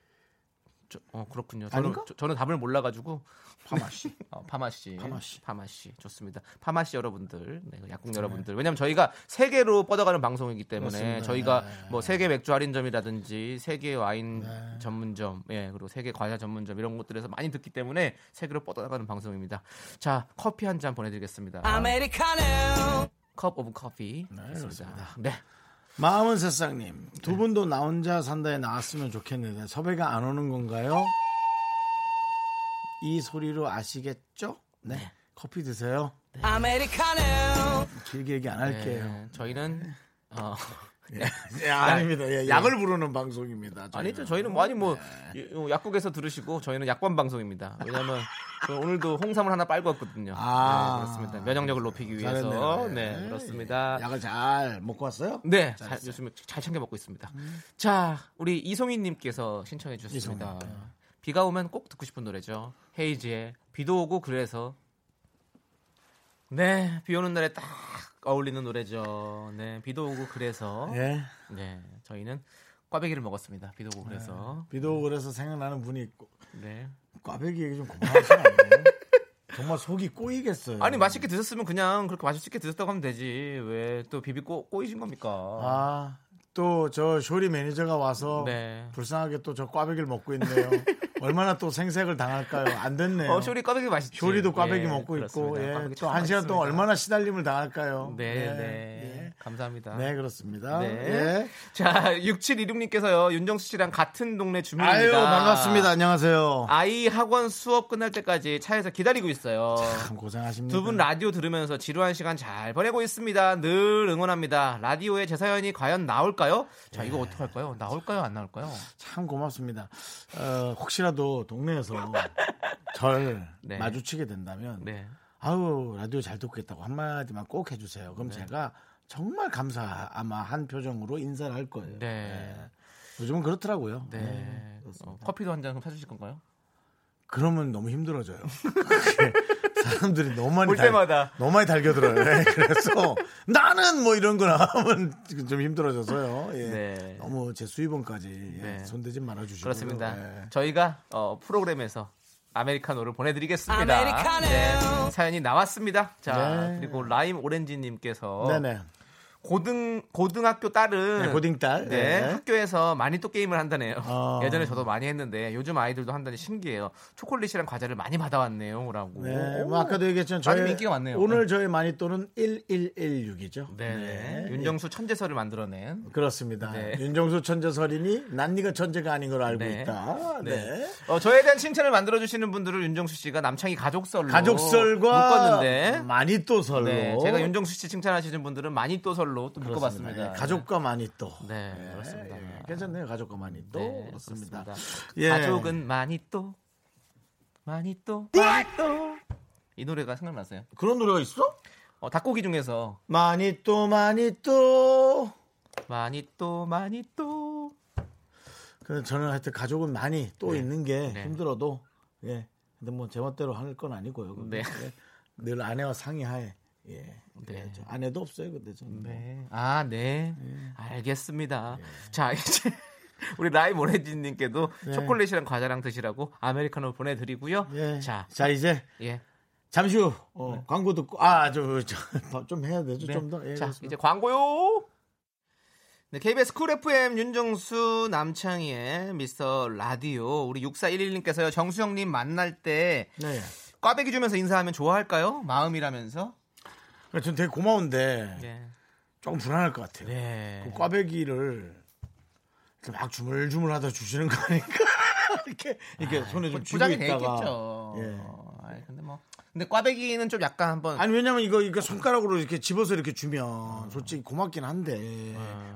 B: 저- 어 그렇군요. 저는,
A: 아닌가?
B: 저, 는 답을 몰라가지고
A: 파마씨.
B: 어, 파마씨,
A: 파마씨.
B: 파마씨 좋습니다. 파마씨 여러분들, 네, 그 약국 여러분들. 왜냐하면 저희가 세계로 뻗어가는 방송이기 때문에
A: 그렇습니다.
B: 저희가
A: 네.
B: 뭐 세계 맥주 할인점이라든지 세계 와인 전문점, 예 그리고 세계 과자 전문점 이런 곳들에서 많이 듣기 때문에 세계로 뻗어나가는 방송입니다. 자 커피 한 잔 보내드리겠습니다. 컵 오브 커피. 좋습니다. 네.
A: 마음은 새싹님 두 분도 나 혼자 산다에 나왔으면 좋겠는데 섭외가 안 오는 건가요? 이 소리로 아시겠죠? 네. 커피 드세요. 아메리카노. 길게 얘기 안 할게요.
B: 네, 저희는 어,
A: 예, 아닙니다. 예, 약을 부르는 방송입니다. 저희는.
B: 네. 아니죠. 저희는 뭐 아니 뭐
A: 네.
B: 이- 약국에서 들으시고 저희는 약관 방송입니다. 왜냐하면 저 오늘도 홍삼을 하나 빨고 왔거든요.
A: 아.
B: 네, 그렇습니다. 면역력을 높이기 위해서.
A: 잘했네요.
B: 네,
A: 예.
B: 그렇습니다.
A: 약을 잘 먹고 왔어요? 음.
B: 네, 잘, 요즘에 잘 챙겨 먹고 있습니다. 자, 우리 이송희님께서 신청해 주셨습니다.
A: 이송희,
B: 비가 오면 꼭 듣고 싶은 노래죠. 헤이지의 비도 오고 그래서. 네, 비 오는 날에 딱 어울리는 노래죠. 네, 비도 오고 그래서.
A: 예.
B: 네, 저희는 꽈배기를 먹었습니다. 비도 오고 그래서.
A: 비도 오고 그래서 생각나는 분이 있고
B: 네.
A: 꽈배기 얘기 좀 그만하시나요? 정말 속이 꼬이겠어요.
B: 아니 맛있게 드셨으면 그냥 그렇게 맛있게 드셨다고 하면 되지 왜 또 비비 꼬, 꼬이신 겁니까?
A: 아, 또 저 쇼리 매니저가 와서
B: 네.
A: 불쌍하게 또 저 꽈배기를 먹고 있네요. 얼마나 또 생색을 당할까요? 안 됐네요.
B: 어 쇼리 꽈배기 맛있지.
A: 도 꽈배기
B: 예,
A: 먹고 있고
B: 그렇습니다. 꽈배기
A: 또
B: 참
A: 한 시간 동안
B: 맛있습니다.
A: 얼마나 시달림을 당할까요?
B: 네, 네.
A: 예.
B: 감사합니다.
A: 네, 그렇습니다.
B: 네.
A: 예.
B: 자, 6716님께서요. 윤정수 씨랑 같은 동네 주민입니다.
A: 아유, 반갑습니다. 안녕하세요.
B: 아이 학원 수업 끝날 때까지 차에서 기다리고 있어요.
A: 참 고생하십니다.
B: 두 분 라디오 들으면서 지루한 시간 잘 보내고 있습니다. 늘 응원합니다. 라디오에 제 사연이 과연 나올까요? 자,
A: 네.
B: 이거 어떡할까요? 나올까요? 안 나올까요?
A: 참 고맙습니다. 어, 혹시라도 동네에서 절
B: 네.
A: 마주치게 된다면
B: 네.
A: 아우 라디오 잘 듣겠다고 한마디만 꼭 해주세요.
B: 네.
A: 그럼 제가 정말 감사 아마 한 표정으로 인사를 할 거예요.
B: 네.
A: 요즘은 그렇더라고요.
B: 네.
A: 네.
B: 어, 커피도 한 잔 사주실 건가요?
A: 그러면 너무 힘들어져요. 그게 사람들이 너무 많이
B: 볼 때마다.
A: 너무 많이 달겨들어요. 네, 그래서 나는 뭐 이런 거 나오면 좀 힘들어져서요. 예.
B: 네.
A: 너무 제 수입원까지 예,
B: 네.
A: 손대지 예. 말아주시고
B: 그렇습니다. 저희가 어, 프로그램에서 아메리카노를 보내드리겠습니다. 네, 사연이 나왔습니다. 자
A: 네.
B: 그리고 라임 오렌지님께서
A: 네네.
B: 고등 고등학교 딸은
A: 네, 고딩딸.
B: 네,
A: 네.
B: 학교에서 많이 또 게임을 한다네요.
A: 아.
B: 예전에 저도 많이 했는데 요즘 아이들도 한다니 신기해요. 초콜릿이랑 과자를 많이 받아왔네요라고.
A: 네, 뭐 아까도 얘기했지만
B: 많이
A: 저희
B: 인기가 많네요.
A: 오늘 저희 많이 또는 1116이죠.
B: 네, 네. 윤정수 천재설을 만들어낸
A: 그렇습니다.
B: 네.
A: 윤정수 천재설이니 난 네가 천재가 아닌 걸 알고
B: 네.
A: 있다. 네.
B: 어, 저에 대한 칭찬을 만들어 주시는 분들을 윤정수 씨가 남창희 가족설로
A: 가족설과
B: 묶었는데
A: 많이 또 설로.
B: 네, 제가 윤정수 씨 칭찬하시는 분들은 많이 또 설로 또 묶어봤습니다.
A: 네, 가족과 많이 또.
B: 네, 그렇습니다.
A: 예, 괜찮네요. 가족과 많이 또.
B: 네,
A: 그렇습니다.
B: 그렇습니다.
A: 예.
B: 가족은 많이 또 많이 또 많이 또이 노래가 생각나세요?
A: 그런 노래가 있어?
B: 어, 닭고기 중에서
A: 많이 또 많이 또.
B: 많이 또 많이 또
A: 근데 그 저는 하여튼 가족은 많이 또 있는 게
B: 네.
A: 힘들어도 예. 근데 뭐 제멋대로 할 건 아니고요. 그건.
B: 네.
A: 예. 늘 아내와 상의하에 예.
B: 네.
A: 네. 저 아내도 없어요. 근데 저는 뭐.
B: 네. 아, 네.
A: 예.
B: 알겠습니다. 자, 이제 우리 라임 오렌지님께도 초콜릿이랑 과자랑 드시라고 아메리카노 보내드리고요.
A: 네. 예.
B: 자,
A: 자, 이제
B: 예.
A: 잠시 후 어, 광고 듣고 아저좀 좀 해야 되죠. 좀 더. 예,
B: 네. 자,
A: 그렇습니다.
B: 이제 광고요. 네, KBS 쿨 FM 윤정수 남창희의 미스터 라디오 우리 6411님께서요 정수영님 만날 때
A: 네.
B: 꽈배기 주면서 인사하면 좋아할까요? 마음이라면서.
A: 그러니까 전 되게 고마운데
B: 네.
A: 조금 불안할 것 같아요.
B: 네.
A: 그 꽈배기를 이렇게 막 주물주물하다 주시는 거니까 이렇게 이렇게
B: 아,
A: 손에 좀 쥐고
B: 포장이 돼
A: 그 있다가
B: 있겠죠.
A: 예.
B: 아 근데 뭐 근데 꽈배기는 좀 약간 한번
A: 아니 왜냐면 이거 이거 손가락으로 이렇게 집어서 이렇게 주면 솔직히 고맙긴 한데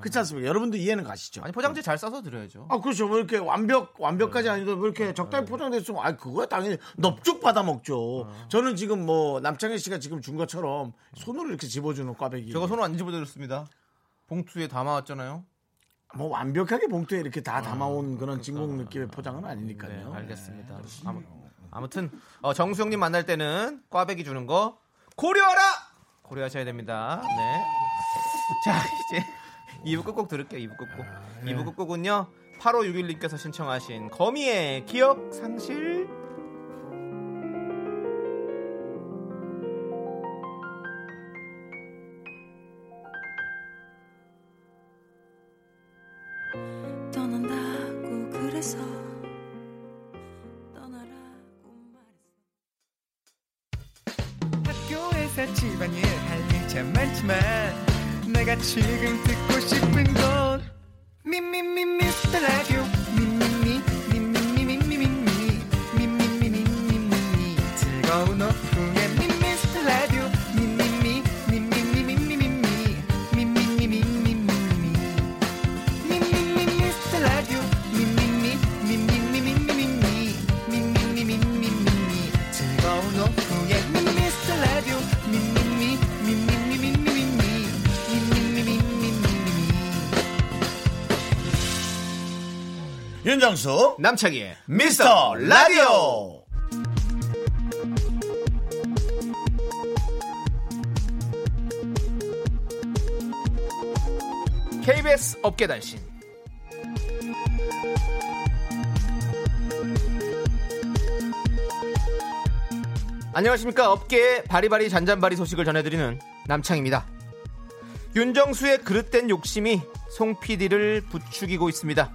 A: 그렇지 않습니까? 여러분들 이해는 가시죠?
B: 네. 아니 포장지 네. 잘 싸서 드려야죠.
A: 아 그렇죠. 뭐 이렇게 완벽 완벽까지 아니도 뭐 이렇게 적당히 포장됐으면 아 그거야 당연히 넙죽 받아 먹죠.
B: 네.
A: 저는 지금 뭐 남창희 씨가 지금 준 것처럼 손으로 이렇게 집어주는 꽈배기.
B: 제가 손을 안 집어드렸습니다. 봉투에 담아왔잖아요.
A: 뭐 완벽하게 봉투에 이렇게 다 담아온 그런 진공 느낌의 포장은
B: 네,
A: 아니니까요.
B: 알겠습니다. 아무, 아무튼 어, 정수영님 만날 때는 꽈배기 주는 거 고려하라 고려하셔야 됩니다. 네. 자 이제 2부 끝곡 들을게요. 2부 끝곡. 2부 끝곡은요. 8561님께서 신청하신 거미의 기억 상실.
D: 떠난다고 그래서 떠나라고 말했어.
H: 학교에서 집안일 할 일 참 많지만 내가 지금 듣고 싶은 건 미미미 미스터 라디오 미미미 미미미 미미미 미미미 미미미 즐거운 오후에 미스터 라디오 미미미 미미미 미미미 미미미 미미미
A: 윤정수
B: 남창희의 미스터
A: 네.
B: 라디오. KBS 업계 단신. 안녕하십니까 업계의 바리바리 잔잔바리 소식을 전해드리는 남창입니다. 윤정수의 그릇된 욕심이 송 PD를 부추기고 있습니다.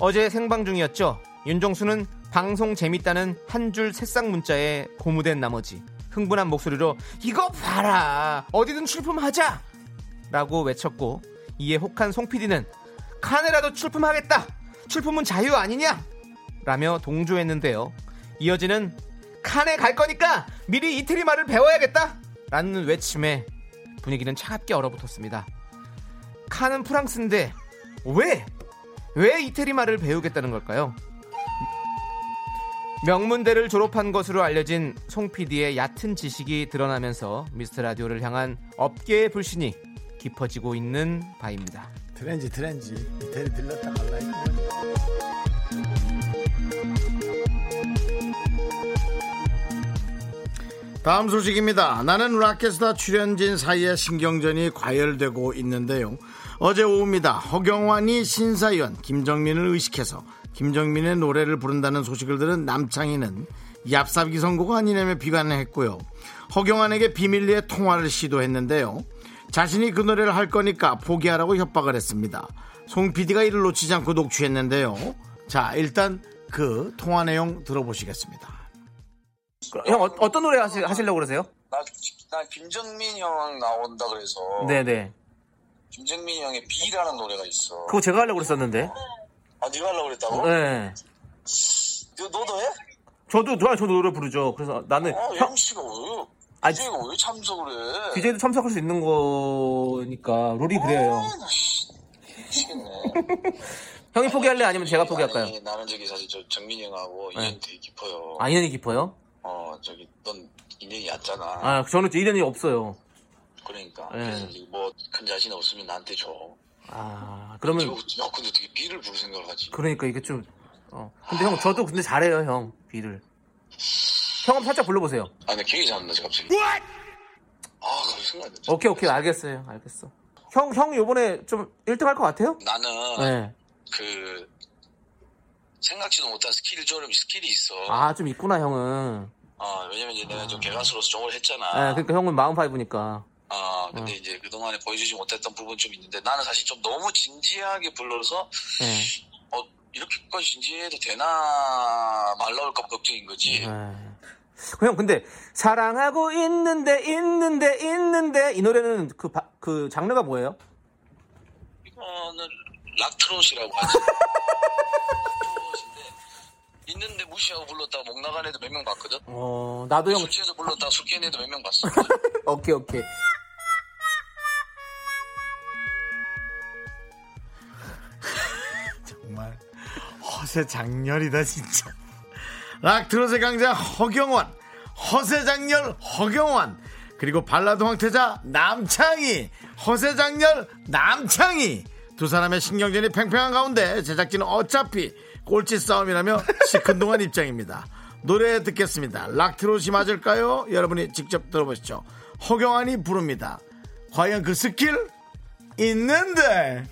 B: 어제 생방 중이었죠. 윤정수는 방송 재밌다는 한 줄 새싹 문자에 고무된 나머지 흥분한 목소리로 이거 봐라 어디든 출품하자 라고 외쳤고 이에 혹한 송 PD는 카네라도 출품하겠다 출품은 자유 아니냐 라며 동조했는데요 이어지는 칸에 갈 거니까 미리 이태리 말을 배워야겠다 라는 외침에 분위기는 차갑게 얼어붙었습니다 칸은 프랑스인데 왜 왜 이태리 말을 배우겠다는 걸까요? 명문대를 졸업한 것으로 알려진 송 PD의 얕은 지식이 드러나면서 미스터 라디오를 향한 업계의 불신이 깊어지고 있는 바입니다.
A: 트렌지 트렌지 이태리 들렀다 갈라 이거. 다음 소식입니다. 나는 락켓스타 출연진 사이에 신경전이 과열되고 있는데요. 어제 오후입니다. 허경환이 신사위원 김정민을 의식해서 김정민의 노래를 부른다는 소식을 들은 남창희는 얍삽기 선고가 아니냐며 비관을 했고요. 허경환에게 비밀리에 통화를 시도했는데요. 자신이 그 노래를 할 거니까 포기하라고 협박을 했습니다. 송 PD가 이를 놓치지 않고 녹취했는데요. 자, 일단 그 통화 내용 들어보시겠습니다.
B: 형 어, 떤 노래 하시, 하시려고 그러세요?
I: 나, 나 김정민 형 나온다 그래서
B: 네네.
I: 김정민 형의 B라는 노래가 있어.
B: 그거 제가 하려고 그랬었는데.
I: 아 네가 하려고 그랬다고?
B: 네.
I: 너, 너도 해?
B: 저도 노래 저도 노래 부르죠. 그래서 나는
I: 어
B: 형
I: MC가 왜?
B: 아,
I: DJ가 왜 참석을 해?
B: DJ도 참석할 수 있는 거니까 롤이 그래요.
I: 아, 나 씨, 미치겠네.
B: 형이 포기할래 아니면 제가 포기할까요? 네.
I: 아니, 나는 저기 사실 저 정민 형하고 인연이 되게 깊어요.
B: 아 인연이 깊어요?
I: 어 저기 넌 인연이 얕잖아.
B: 아 저는 저 인연이 없어요.
I: 그러니까
B: 네.
I: 그래서 뭐큰 자신 없으면 나한테 줘.
B: 아
I: 저,
B: 그러면
I: 야 근데 어떻게 B를 부를 생각을 하지?
B: 그러니까 이게 좀 어. 근데 형 저도 근데 잘해요 형 비를. 형 한번 살짝 불러보세요.
I: 아 근데 기억이 잘 안 나지 갑자기. 아 갑자기 생각이 안 나지.
B: 오케이 오케이 알겠어요 알겠어. 형 형 요번에 좀 1등 할 것 같아요?
I: 나는
B: 네.
I: 그 생각지도 못한 스킬이 좀 스킬이 있어.
B: 아 좀 있구나 형은.
I: 어, 왜냐면 이제 내가 좀 개가수로서 종을 했잖아.
B: 네, 그러니까 어. 형은 마음파이브니까.
I: 아, 근데 이제 그동안에 보여주지 못했던 부분 좀 있는데 나는 사실 좀 너무 진지하게 불러서
B: 네.
I: 어, 이렇게까지 진지해도 되나 말 나올까 봐 걱정인 거지.
B: 네. 형 근데 사랑하고 있는데 있는데 있는데 이 노래는 그 그 장르가 뭐예요?
I: 이거는 락트롯이라고 하지. 락트롯인데 있는데 무시하고 불렀다가 목 나간 애도 몇 명 봤거든.
B: 어 나도 형
I: 술 취해서 불렀다가 술 깬 애도 몇 명 봤어.
B: 오케이 오케이.
A: 정말 허세 장렬이다 진짜. 락트롯의 강자 허경원, 허세 장렬 허경원, 그리고 발라드 황태자 남창희, 허세 장렬 남창희 두 사람의 신경전이 팽팽한 가운데 제작진은 어차피 꼴찌 싸움이라며 시큰둥한 입장입니다. 노래 듣겠습니다. 락트롯이 맞을까요? 여러분이 직접 들어보시죠. 허경환이 부릅니다. 과연 그 스킬 있는데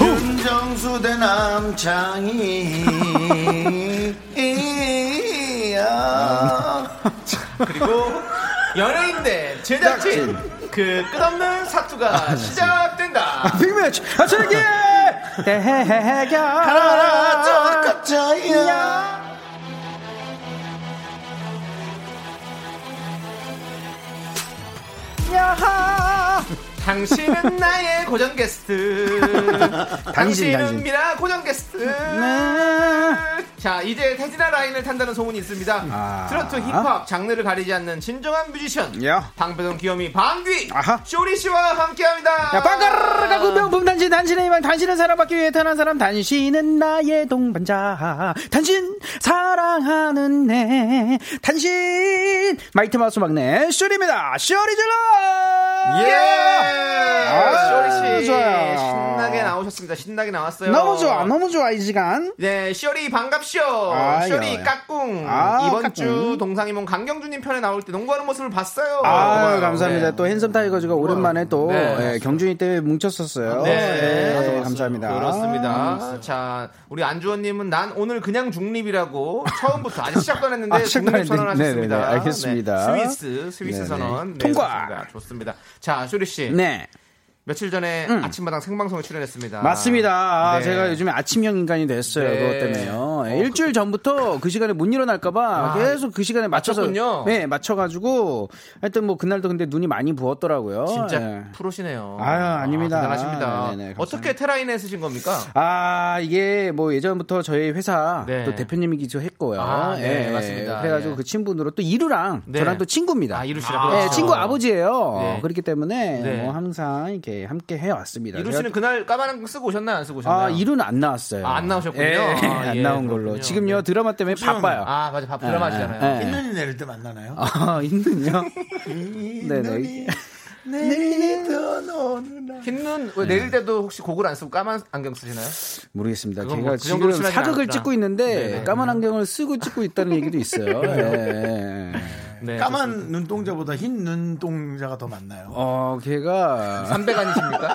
A: 윤정수 대 남창희야
B: 그리고 연예인 대 제작진 그 끝없는 사투가 시작된다.
A: 빅매치 네. 아 저기
D: 대해결
A: 하나 쫓겨야
B: 당신은 나의 고정 게스트.
A: 당신,
B: 당신은
A: 당신. 네.
B: 미라 고정 게스트. 자 이제 태진아 라인을 탄다는 소문이 있습니다.
A: 아.
B: 트로트, 힙합 장르를 가리지 않는 진정한 뮤지션.
A: 야.
B: 방배동 귀요미 방귀
A: 아하.
B: 쇼리 씨와 함께합니다.
D: 야, 빵가르르가 그 명품 단신, 단신의 희망, 단신을 사랑받기 위해 태어난 사람, 단신은 나의 동반자, 단신, 사랑하는 내, 단신, 마이트 마우스 막내, 쇼리입니다, 쇼리 질러!
B: 예!
D: 아,
B: 쇼리 씨
D: 좋아요.
B: 신나게 나오셨습니다. 신나게 나왔어요.
D: 너무 좋아, 너무 좋아, 이 시간.
B: 네, 쇼리 반갑쇼.
D: 아,
B: 쇼리
D: 야.
B: 깍꿍.
D: 아,
B: 이번
D: 깍꿍.
B: 주 동상이몽 강경주님 편에 나올 때 농구하는 모습을 봤어요.
D: 아유,
B: 고마워요.
D: 감사합니다.
B: 네.
D: 또 핸섬 타이거즈가 오랜만에 또,
B: 네.
D: 예, 경준이 때문에 뭉쳤었어요.
B: 네,
D: 예,
B: 맞아요.
D: 감사합니다. 음.
B: 그렇습니다. 아, 자, 우리 안주원님은 난 오늘 그냥 중립이라고 처음부터 아직 시작도 안 했는데
D: 아, 시작도 안
B: 중립
D: 했는데.
B: 선언하셨습니다.
D: 네네, 알겠습니다.
B: 네, 스위스, 스위스
D: 네네.
B: 선언. 네,
D: 통과.
B: 좋습니다. 좋습니다. 자, 쇼리 씨.
D: 네. 음.
B: 며칠 전에 아침마당 생방송에 출연했습니다.
D: 맞습니다. 아,
B: 네.
D: 제가 요즘에 아침형 인간이 됐어요.
B: 네.
D: 그것 때문에요. 예,
B: 어,
D: 일주일 전부터 그 시간에 못 일어날까봐
B: 아,
D: 계속 그 시간에 맞춰서.
B: 맞췄군요.
D: 네, 맞춰가지고. 하여튼 뭐 그날도 근데 눈이 많이 부었더라고요.
B: 진짜
D: 예.
B: 프로시네요.
D: 아유, 아닙니다.
B: 대단하십니다.
D: 네네, 감사합니다.
B: 어떻게 테라인에 쓰신 겁니까?
D: 아, 이게 뭐 예전부터 저희 회사
B: 네.
D: 또 대표님이기도 했고요.
B: 아, 네, 맞습니다.
D: 그래가지고
B: 예.
D: 그 친분으로 또 이루랑
B: 네.
D: 저랑 또 친구입니다.
B: 아, 이루 씨랑.
D: 예,
B: 그렇죠.
D: 친구 아버지예요.
B: 네.
D: 그렇기 때문에
B: 네.
D: 뭐 항상 이렇게 함께 해왔습니다.
B: 이루
D: 제가
B: 씨는 그날 까만 거 쓰고 오셨나요? 안 쓰고 오셨나요?
D: 아, 이루는 안 나왔어요.
B: 아, 안 나오셨군요.
D: 예,
B: 아,
D: 안
B: 예,
D: 나온 걸로.
B: 그렇군요.
D: 지금요
B: 네.
D: 드라마 때문에 바빠요. 아,
B: 아, 맞아. 밥 드라마 하시잖아요.
D: 예.
A: 흰눈이 내릴 때 만나나요?
D: 아, 있는요. 네네.
A: 내리던 어느 날
B: 흰눈 왜
D: 네.
B: 내릴 때도 혹시 고글 안 쓰고 까만 안경 쓰시나요?
D: 모르겠습니다.
B: 그건
D: 걔가
B: 뭐그 정도로
D: 지금
B: 친하진
D: 사극을
B: 않구나.
D: 찍고 있는데
B: 네네.
D: 까만 안경을 쓰고 찍고 있다는 얘기도 있어요. 예, 예.
B: 네.
A: 까만 눈동자보다 흰 눈동자가 더 많나요?
D: 어, 걔가
B: 300안이십니까?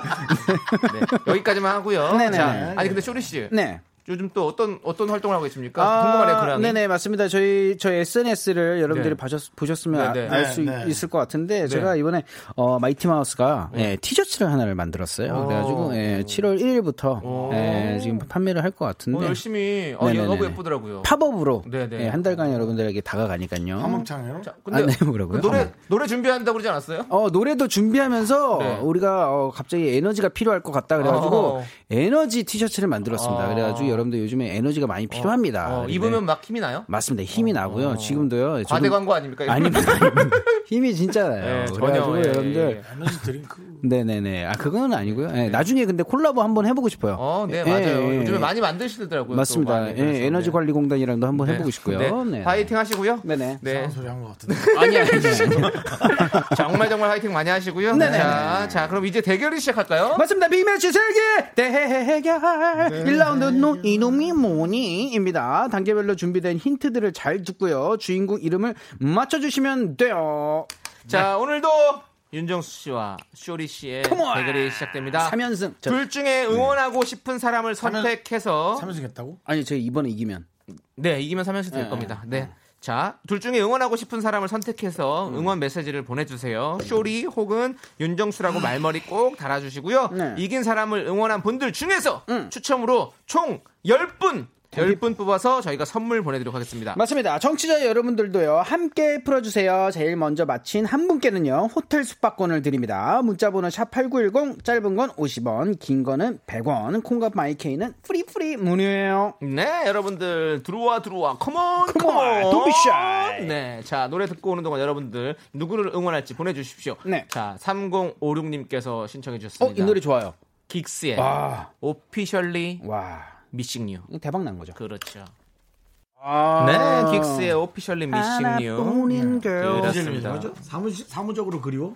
B: 네. 여기까지만 하고요.
D: 네네네.
B: 자, 아니 근데 쇼리 씨.
D: 네. 아,
B: 요즘 또 어떤 어떤 활동을 하고 있습니까? 아, 궁금하네요, 그랑.
D: 네네 맞습니다. 저희 저희 SNS를 여러분들이
B: 네.
D: 봐셨- 보셨으면
B: 네, 네.
D: 알 수
A: 네, 네.
D: 있을 것 같은데 제가 이번에 어, 마이티 마우스가 예, 티셔츠를 하나를 만들었어요.
B: 네. 오.
D: 그래가지고 예, 7월 1일부터 예, 지금 판매를 할 것
B: 어,
D: 같은데
B: 열심히. 어, 이거
D: 네네네.
B: 너무 예쁘더라고요.
D: 팝업으로
B: 네, 네.
D: 예, 한 달간 여러분들에게 다가가니까요.
A: 화목창이요?
B: 자,
D: 아,
B: 근데 그
D: 네, 뭐라고요?
B: 노래 노래 준비한다고 그러지 않았어요?
D: 어, 노래도 준비하면서
B: 네.
D: 우리가 어, 갑자기 에너지가 필요할 것 같다 그래가지고
B: 어.
D: 에너지 티셔츠를 만들었습니다.
B: 어.
D: 그래가지고 여러분들 요즘에 에너지가 많이 필요합니다.
B: 어,
D: 근데
B: 입으면 막 힘이 나요? 어.
D: 맞습니다. 힘이 나고요. 지금도요. 저도-
B: 과대 광고 아닙니까?
D: 아닙니다. 아닙니다. 힘이 진짜나요.
B: 네,
D: 그래가지고
B: 전혀, 예,
D: 여러분들
B: 예, 예.
A: 에너지 드링크
D: 네네네. 아 그건 아니고요. 예, 나중에 근데 콜라보 한번 해보고 싶어요.
B: 어, 네,
D: 예,
B: 맞아요.
D: 예,
B: 요즘에
D: 예.
B: 많이 만드시더라고요. 또
D: 맞습니다.
B: 많이.
D: 예,
B: 그래서,
D: 에너지
B: 네.
D: 관리공단이랑도 한번
B: 네.
D: 해보고 싶고요.
B: 네. 파이팅 하시고요.
D: 네네. 네.
B: 네.
A: 소리 한 것 같은데
D: 아니 아니.
B: 정말 정말 화이팅 많이 하시고요.
D: 네,
B: 자, 자, 그럼 이제 대결이 시작할까요?
D: 맞습니다. 빅매치 세계 대결 1라운드 는 이놈이 뭐니입니다. 단계별로 준비된 힌트들을 잘 듣고요. 주인공 이름을 맞춰주시면 돼요.
B: 자, 오늘도 윤정수 씨와 쇼리 씨의
D: on.
B: 대결이 시작됩니다.
D: 3연승. 저, 네.
B: 둘 중에 응원하고 싶은 사람을 선택해서
A: 참여했다고
D: 아니 저 이번에 이기면
B: 네, 이기면 3연승 될
D: 예,
B: 겁니다. 네. 자, 둘 중에 응원하고 싶은 사람을 선택해서
D: 음.
B: 응원 메시지를 보내주세요. 쇼리 혹은 윤정수라고 말머리 꼭 달아주시고요.
D: 네. 음.
B: 이긴 사람을 응원한 분들 중에서 추첨으로 총 10분, 10분 뽑아서 저희가 선물 보내드리도록 하겠습니다.
D: 맞습니다. 청취자 여러분들도요. 함께 풀어주세요. 제일 먼저 마친 한 분께는요. 호텔 숙박권을 드립니다. 문자번호 샵8910 짧은 건 50원 긴 거는 100원 콩갑 마이케이는 프리프리 무료예요.
B: 네, 여러분들 들어와 들어와. 컴온
D: Come on,
B: 컴온.
D: don't be shy.
B: 네. 자, 노래 듣고 오는 동안 여러분들 누구를 응원할지 보내 주십시오.
D: 네.
B: 자, 3056 님께서 신청해
D: 어,
B: 주셨습니다.
D: 이 노래 좋아요.
B: 긱스의
D: 와.
B: 오피셜리
D: 와.
B: 미싱 유.
D: 이거 대박 난 거죠.
B: 그렇죠.
D: 아.
B: 네, 긱스의 오피셜리 미싱 유.
H: 예.
D: 하나뿐인 girl.
B: 그렇습니다.
A: 사무, 사무적으로 그리워?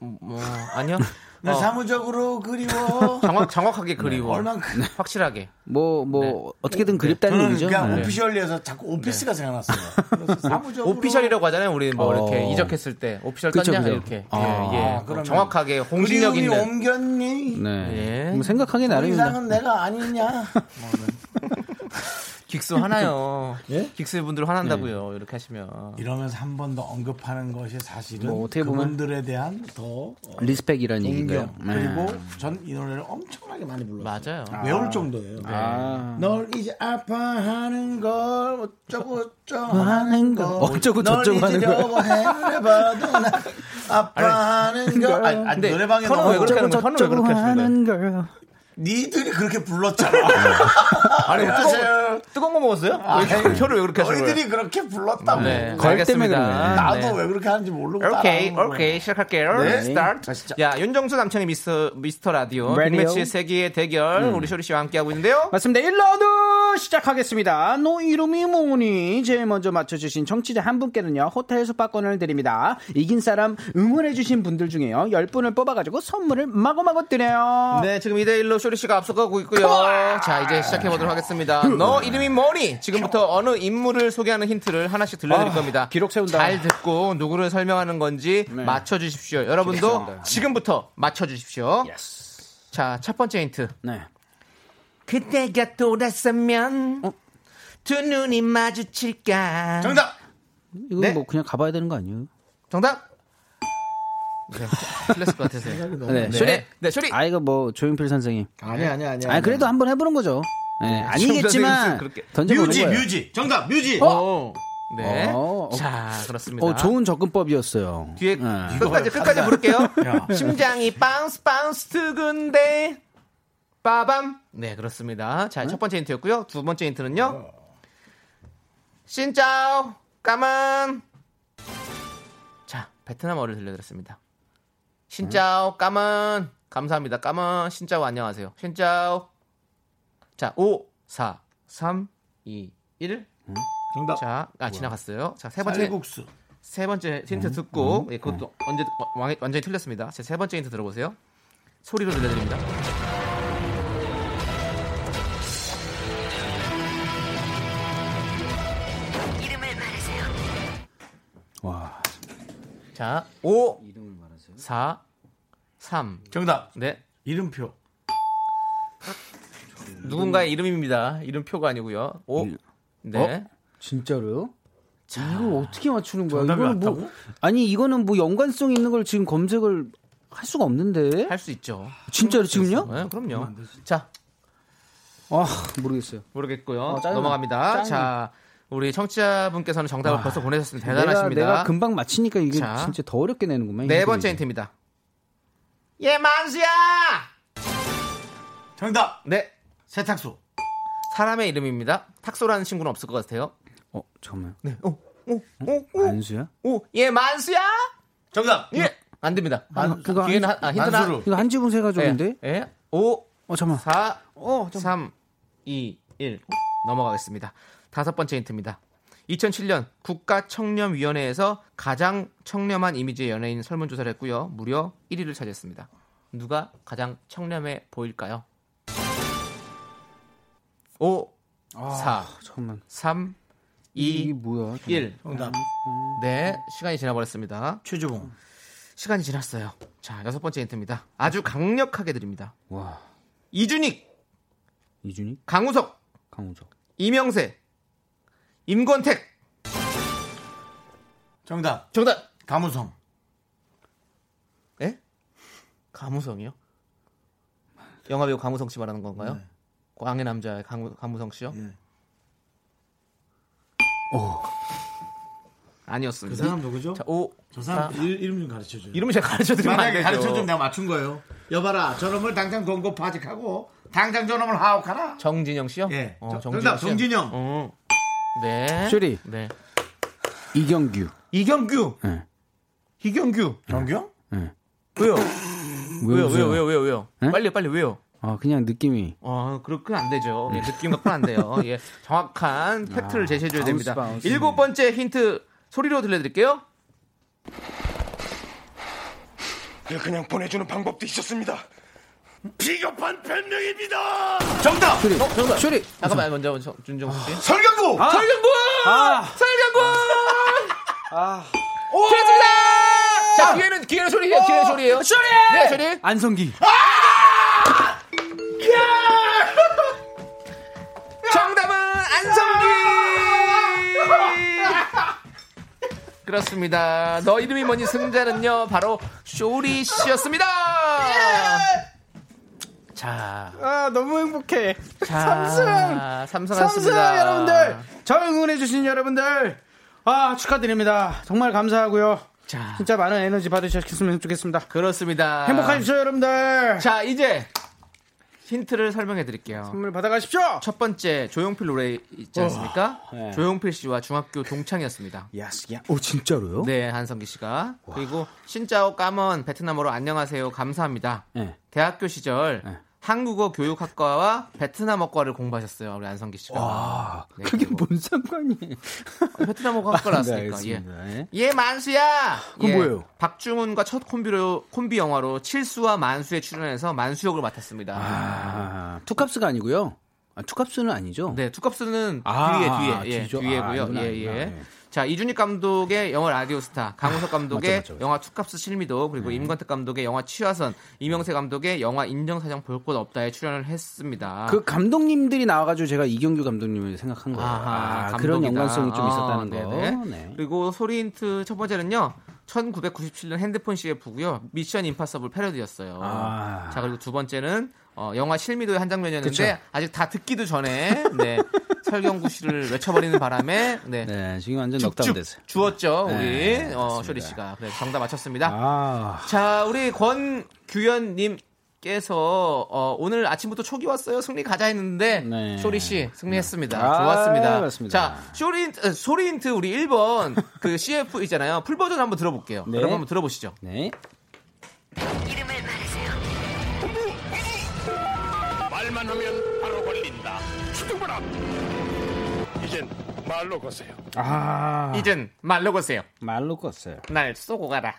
B: 뭐 아니요.
A: 나
B: 어,
A: 네, 사무적으로 그리워.
B: 정확 정확하게 그리워.
A: 네, 얼만큼.
B: 확실하게.
H: 뭐, 뭐, 어떻게든 그립다는
A: 저는
H: 얘기죠.
A: 그러니까 그냥
H: 네.
A: 오피셜리에서 자꾸 오피스가 생각났어요. 그래서 사무적으로.
B: 네. 오피셜이라고 하잖아요. 우리 뭐
H: 어.
B: 이렇게 이적했을 때 오피셜
H: 그쵸,
B: 떴냐
H: 그쵸.
B: 이렇게.
H: 아.
B: 예, 예.
A: 아, 그러면
B: 정확하게 홍진력
A: 그리움이
B: 있는.
A: 옮겼니?
H: 네.
B: 예.
H: 뭐 생각하기
A: 더
H: 나름입니다.
A: 그 이상은 내가 아니냐?
B: 긱스 화나요.
A: 예?
B: 긱스 분들 화난다고요. 이렇게 하시면.
A: 이러면서 한 번 더 언급하는 것이 사실은
H: 뭐 어떻게 보면
A: 그분들에 대한 더 어,
H: 리스펙이라는 얘기인가요?
A: 존경 그리고
H: 네.
A: 전 이 노래를 엄청나게 많이 불렀어요.
B: 맞아요.
A: 외울 정도예요.
H: 아.
A: 널 이제 아파하는 걸 어쩌고 어쩌고 하는 걸
H: 어쩌고 저쩌고 하는 걸.
A: 널 잊으려고 해봐도 나 아파하는 걸
H: 그러니까
A: 아니, 아니
B: 근데
A: 노래방에
B: 현우
A: 너무
B: 왜 그렇게 하는 거야? 현우 왜 그렇게 하시는 거야?
A: 니들이 그렇게
H: 어,
A: 불렀잖아.
B: 아니,
A: 안녕하세요.
B: 뜨거운, 뜨거운 거 먹었어요? 왜, 혀를 왜 그렇게 하시는 거예요?
A: 너희들이 그렇게 불렀다고.
B: 네,
H: 걸 때문에
B: 알겠습니다.
H: 그러네.
A: 나도
B: 네.
A: 아, 뭐 왜 그렇게 하는지 모르고
B: 오케이,
A: 따라하는 거예요.
B: 오케이, 시작할게요.
A: 네.
B: 스타트.
A: 가시죠.
B: 야, 윤정수 남창의 미스터, 미스터 라디오.
H: 라디오.
B: 빅매치 세기의 대결. 우리 쇼리 씨와 함께하고 있는데요.
H: 맞습니다. 1라운드 시작하겠습니다. 너 이름이 뭐니? 제일 먼저 맞춰주신 청취자 한 분께는요, 호텔 숙박권을 드립니다. 이긴 사람 응원해주신 분들 중에요, 10분을 뽑아가지고 선물을 마구마구 드려요.
B: 네, 지금 2대1로 쇼리 씨가 앞서가고 있고요. 자, 이제 시작해보도록 하겠습니다. 너 이름이 뭐니? 지금부터 어느 인물을 소개하는 힌트를 하나씩 들려드릴
H: 아,
B: 겁니다.
H: 기록 세운다.
B: 잘 듣고 누구를 설명하는 건지
H: 네.
B: 맞춰주십시오. 여러분도 지금부터 맞춰주십시오. 자, 첫 번째 힌트.
H: 네.
B: 그대가 돌아서면
H: 어?
B: 두 눈이 마주칠까?
A: 정답.
H: 이거
B: 네.
H: 뭐 그냥 가봐야 되는 거 아니에요?
B: 정답. 네, 틀렸을 것 같아서요.
H: 네.
B: 쇼리, 네, 쇼리.
H: 아, 이거 뭐 조용필 선생님.
A: 아니 아니 아니.
H: 아, 그래도 한번 해보는 거죠. 네, 아니겠지만,
B: 조용필 선생님 무슨 그렇게-
H: 던져보는
A: 뮤지
H: 거예요.
A: 뮤지 정답 뮤지.
B: 어. 네.
H: 어.
B: 자, 그렇습니다.
H: 어, 좋은 접근법이었어요.
B: 아. 뒤에
H: 네.
B: 끝까지 끝까지 부를게요. 심장이 빵스 빵스 뜨근데 빠밤. 네, 그렇습니다. 자, 첫 번째 힌트였고요. 두 번째 힌트는요. 신짜오 까만. 자, 베트남어를 들려드렸습니다. 신짜오 까만. 감사합니다. 까만 신짜오 안녕하세요. 신짜오. 자, 5 4 3 2 1.
A: 정답.
B: 자, 아 지나갔어요. 자, 세 번째
A: 쌀국수.
B: 세 번째
H: 음,
B: 힌트 듣고 예, 그것도 언제 완- 완전히 틀렸습니다. 제 세 번째 힌트 들어보세요. 소리로 들려드립니다.
H: 와.
B: 자, 5 4 3.
A: 정답.
B: 네.
A: 이름표.
H: 음.
B: 누군가의 이름입니다. 이름표가 아니고요. 5
H: 어?
B: 네.
H: 진짜로요? 이걸 어떻게 맞추는 거야?
A: 정답이
H: 이거는 뭐
A: 맞다고?
H: 아니 이거는 뭐 연관성 있는 걸 지금 검색을 할 수가 없는데
B: 할 수 있죠.
H: 진짜로 지금요?
B: 네, 그럼요. 자,
H: 아 모르겠어요.
B: 모르겠고요.
H: 어, 짜증나.
B: 넘어갑니다.
H: 짜증나. 아,
B: 자, 우리 청취자분께서는 정답을 벌써 보내셨습니다. 대단하십니다.
H: 내가, 내가 금방 맞히니까 이게
B: 자.
H: 진짜 더 어렵게 내는구만.
B: 네
H: 이거
B: 번째
H: 이제.
B: 힌트입니다. 예, 만수야!
A: 정답.
B: 네.
A: 세탁소.
B: 사람의 이름입니다. 탁소라는 친구는 없을 것 같아요.
H: 어 잠깐만.
B: 네. 오, 오, 오, 오,
H: 안수야?
B: 오. 예, 만수야.
A: 정답.
B: 예. 안 됩니다.
H: 만- 그거 안-
B: 뒤에는 한- 아, 힌트나.
A: 만수로.
H: 이거 한 지분 세 가족인데?
B: 예. 예. 5,
H: 어 잠만.
B: 4, 3, 2, 1. 넘어가겠습니다. 다섯 번째 힌트입니다. 2007년 국가청렴위원회에서 가장 청렴한 이미지의 연예인 설문조사를 했고요. 무려 1위를 차지했습니다. 누가 가장 청렴해 보일까요? 5, 4,
H: 잠깐만.
B: 3,
H: 아. 이게
B: 2,
H: 뭐야? 잠깐만.
B: 1.
A: 정답.
B: 네, 시간이 지나버렸습니다.
A: 최주봉.
B: 시간이 지났어요. 자, 여섯 번째 힌트입니다. 아주 강력하게 드립니다.
H: 와
B: 이준익,
H: 이준이
B: 강우석,
H: 강우석.
B: 이명세, 임권택.
A: 정답.
B: 정답.
A: 감우성.
B: 예? 감우성이요? 영화배우 감우성 씨 말하는 건가요? 광의 남자 강우, 감우성 씨요?
A: 네. 그그
B: 아니었습니다.
A: 사람 누구죠?
B: 자, 오.
A: 저 사람
B: 자,
A: 일, 이름 좀 가르쳐 줘요.
B: 이름 제가 가르쳐 드리면 안
A: 만약에
B: 되죠.
A: 가르쳐 주면 내가 맞춘 거예요. 여봐라. 저놈을 당장 권고 파직하고 당장 저놈을 하옥하라.
B: 정진영 씨요?
A: 예.
B: 어,
A: 정-
B: 정진영
A: 정답,
B: 씨요?
A: 정진영.
B: 어. 네.
H: 쇼리.
B: 네.
H: 이경규.
B: 이경규.
H: 네.
B: 이경규.
A: 정경?
B: 왜요?
H: 왜
B: 왜요?
H: 웃어요?
B: 왜요?
H: 예?
B: 왜요? 왜요? 왜요?
H: 응?
B: 빨리 빨리 왜요?
H: 아 그냥 느낌이.
B: 아, 그렇게 안 되죠. 예, 느낌 갖고는 안 돼요. 예, 정확한 팩트를 제시해 줘야 됩니다.
H: 아, 바운스.
B: 일곱 어, 번째 힌트 소리로 들려드릴게요.
J: 그냥 보내주는 방법도 있었습니다. 비겁한 변명입니다.
B: 정답!
H: 쇼리.
B: 어, 정답!
H: 쇼리.
B: 잠깐만, 먼저, 먼저, 준정수 씨.
A: 설경구
H: 아,
B: 설경군!
H: 아.
B: 설경군!
H: 아.
B: 됐습니다! 자, 기회는, 기회는 소리예요, 기회 소리예요.
H: 쇼리!
B: 네, 쇼리.
H: 안성기.
B: 정답은 안성기! 그렇습니다. 너 이름이 뭐니 승자는요, 바로 쇼리 씨였습니다!
H: 예!
B: 자,
H: 아, 너무 행복해.
B: 자, 삼승!
H: 삼승
B: 하셨습니다.
H: 여러분들 저를 응원해주신 여러분들 아 축하드립니다 정말 감사하고요
B: 자,
H: 진짜 많은 에너지 받으셨으면 좋겠습니다
B: 그렇습니다.
H: 행복하십시오 여러분들
B: 자, 이제 힌트를 설명해 드릴게요.
H: 선물 받아가십시오
B: 첫 번째 조용필 노래 있지 않습니까?
H: 네.
B: 조용필 씨와 중학교 동창이었습니다.
H: 야스 어, 야오 진짜로요?
B: 네, 한성기 씨가. 그리고 신짜오 까먼 베트남어로 안녕하세요. 감사합니다.
H: 네.
B: 대학교 시절
H: 네.
B: 한국어 교육학과와 베트남어과를 공부하셨어요. 우리 안성기 씨가. 네,
H: 그게
B: 그리고
H: 뭔 상관이에요
B: 베트남어과를 나왔으니까. 예.
H: 예.
B: 예 만수야.
H: 그건
B: 예,
H: 뭐예요?
B: 박중훈과 첫 콤비로 콤비 영화로 칠수와 만수에 출연해서 만수 역을 맡았습니다.
H: 아 투캅스가 아니고요 아, 투캅스는 아니죠
B: 네, 투캅스는
H: 아,
B: 뒤에 뒤에 예,
H: 뒤죠?
B: 뒤에고요.
H: 아, 아니구나,
B: 예, 예.
H: 아니구나. 예.
B: 자, 이준익 감독의 영화 라디오스타, 강호석 감독의
H: 아, 맞죠, 맞죠, 맞죠. 네.
B: 영화 투캅스 실미도, 그리고 임관택 감독의 영화 취화선, 이명세 감독의 영화 인정사정 볼 것 없다에 출연을 했습니다.
H: 그 감독님들이 나와가지고 제가 이경규 감독님을 생각한 거예요
B: 아하,
H: 아, 그런
B: 감독이다.
H: 연관성이 좀
B: 아,
H: 있었다는 거
B: 네네.
H: 네.
B: 그리고 소리 힌트 첫 번째는요. 1997년 핸드폰 CF고요. 미션 임파서블 패러디였어요.
H: 아.
B: 자, 그리고 두 번째는 어, 영화 실미도의 한 장면이었는데
H: 그쵸.
B: 아직 다 듣기도 전에 네, 설경구 씨를 외쳐버리는 바람에 네,
H: 네 지금 완전
B: 쭉
H: 넉다운 됐어요
B: 주었죠
H: 네,
B: 우리 어,
H: 맞습니다.
B: 쇼리 씨가 그래 정답 맞췄습니다.
H: 아
B: 자 우리 권규현님께서 어, 오늘 아침부터 초기 왔어요 승리 가자 했는데
H: 네.
B: 쇼리 씨 승리했습니다.
H: 아,
B: 좋았습니다.
H: 맞습니다.
B: 자 쇼리 힌트, 어, 소리 힌트 우리 1번 그 CF 있잖아요 풀 버전 한번 들어볼게요.
H: 네.
B: 여러분 한번 들어보시죠.
H: 네.
J: 말만 하면 바로 걸린다. 죽어라. 이젠 말로 거세요.
H: 아
B: 이젠 말로 보세요.
H: 말로 껐어요.
B: 날 쏘고 가라.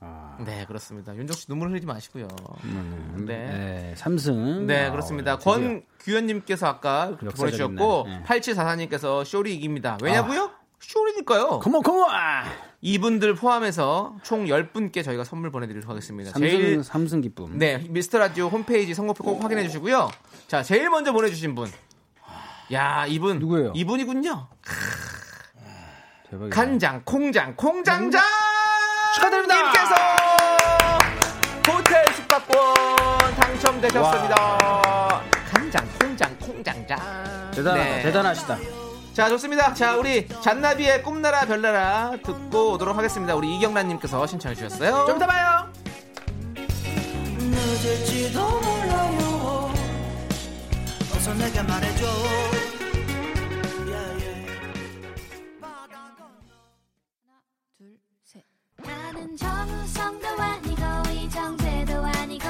H: 아.
B: 네 그렇습니다. 윤정 씨 눈물 흘리지 마시고요. 네.
H: 네, 삼승.
B: 네,
H: 아,
B: 그렇습니다.
H: 드디어.
B: 권규현님께서 아까 그렇게
H: 역사적이네.
B: 보내주셨고,
H: 네. 아.
B: 8744님께서 쇼리 이깁니다. 왜냐고요? 쇼리니까요.
H: 컴온 컴온. 아!
B: 이분들 포함해서 총 10분께 저희가 선물 보내드리도록 하겠습니다.
H: 삼승
B: 제일,
H: 삼승 기쁨.
B: 네, 미스터 라디오 홈페이지 선거표 꼭 확인해 주시고요. 자, 제일 먼저 보내주신 분. 야, 이분.
H: 누구예요?
B: 이분이군요.
H: 대박이다.
B: 간장, 콩장, 콩장장!
H: 음. 축하드립니다.
B: 님께서 호텔 숙박권 당첨되셨습니다. 간장, 콩장, 콩장장.
H: 대단하다.
B: 네.
H: 대단하시다.
B: 자, 좋습니다. 자, 우리 잔나비의 꿈나라 별나라 듣고 오도록 하겠습니다. 우리 이경란님께서 신청해 주셨어요. 좀 이따 봐요.
F: 늦을지도 몰라요 어서 내게 말해줘
D: 나는 정우성도 아니고 이정재도 아니고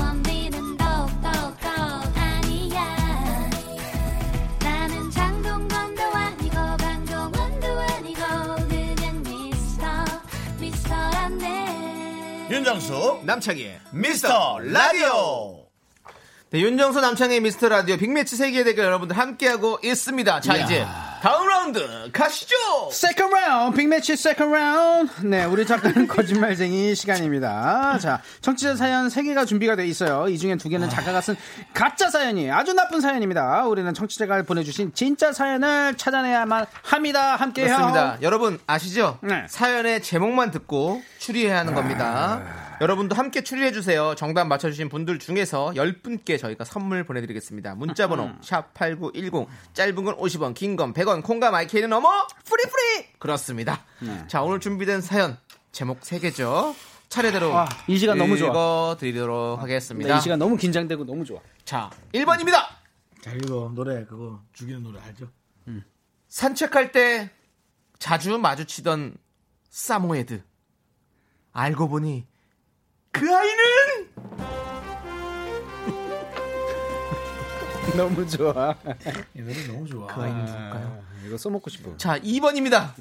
D: 원빈은 더욱더 아니야 나는 장동건도 아니고 강동원도 아니고 그냥 미스터 미스터란데
A: 윤정수
B: 남창희의
A: 미스터 라디오
B: 네, 윤정수 남창희의 미스터 라디오 빅매치 세계의 대결 여러분들 함께하고 있습니다. 자, 이제 다음 라운드 가시죠.
H: 세컨 라운드 빅매치 세컨 라운드 네 우리 작가는 거짓말쟁이 시간입니다 자 청취자 사연 세개가 준비가 돼 있어요 이 중에 두개는
B: 아.
H: 작가가 쓴 가짜 사연이 아주 나쁜 사연입니다 우리는 청취자가 보내주신 진짜 사연을 찾아내야만 합니다 함께해요
B: 그렇습니다. 여러분 아시죠?
H: 예, 네.
B: 사연의 제목만 듣고 추리해야 하는 겁니다. 여러분도 함께 추리해 주세요. 정답 맞춰 주신 분들 중에서 10분께 저희가 선물 보내 드리겠습니다. 문자 번호
H: 음.
B: 샵8910 짧은 건 50원, 긴 건 100원, 콩과 마이크는 넘어 프리프리. 그렇습니다.
H: 네.
B: 자, 오늘 준비된 사연 제목 3개죠. 차례대로
H: 아, 이 시간 너무 좋아.
B: 읽어 드리도록 하겠습니다.
H: 네, 이 시간 너무 긴장되고 너무 좋아
B: 자, 1번입니다.
A: 자 이거 노래 그거 죽이는 노래 알죠?
B: 산책할 때 자주 마주치던 사모예드. 알고 보니 그 아이는
H: 너무 좋아
A: 이 노래 너무 좋아
B: 그 아이는 누굴까요?
H: 이거 써먹고 싶어 음.
B: 자, 2번입니다.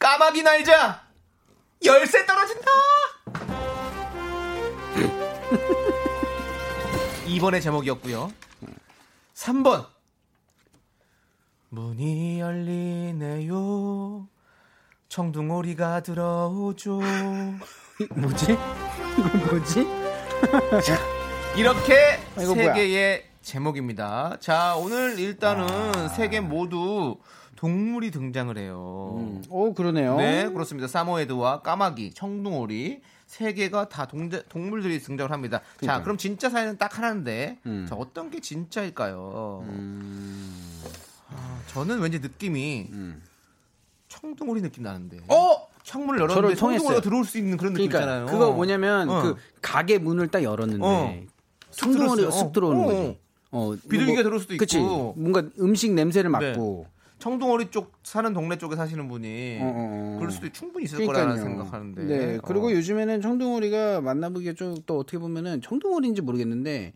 B: 까마귀 날자 열쇠 떨어진다. 이번의 제목이었고요. 3번. 문이 열리네요. 청둥오리가 들어오죠.
H: 뭐지? 이거 뭐지?
B: 이렇게
H: 아, 이거
B: 세
H: 뭐야?
B: 개의 제목입니다. 자, 오늘
H: 아.
B: 일단은 세 개 모두 동물이 등장을 해요.
H: 오, 그러네요.
B: 네, 그렇습니다. 사모예드와 까마귀, 청둥오리 세 개가 다 동자, 동물들이 등장을 합니다. 자,
H: 그러니까요.
B: 그럼 진짜 사연은 딱 하나인데,
H: 음.
B: 자, 어떤 게 진짜일까요? 아, 저는 왠지 느낌이 청둥오리 느낌 나는데.
H: 음. 어?
B: 창문을
H: 저를
B: 열었는데
H: 통했어요.
B: 청둥오리가 들어올 수 있는 그런 느낌
H: 그러니까
B: 있잖아요.
H: 그거 뭐냐면
B: 어.
H: 그 가게 문을 딱 열었는데
B: 어.
H: 청둥오리가
B: 들어왔어요.
H: 쑥 들어오는
B: 어.
H: 거지. 어,
B: 비둘기가 들어올 수도
H: 그치?
B: 있고. 네.
H: 뭔가 음식 냄새를 맡고.
B: 청둥오리 쪽 사는 동네 쪽에 사시는 분이
H: 어, 어, 어.
B: 그럴 수도 충분히 있을
H: 그러니까요.
B: 거라는 생각하는데. 어.
H: 네. 그리고 요즘에는 청둥오리가 만나보기에 좀 또 어떻게 보면은 청둥오리인지 모르겠는데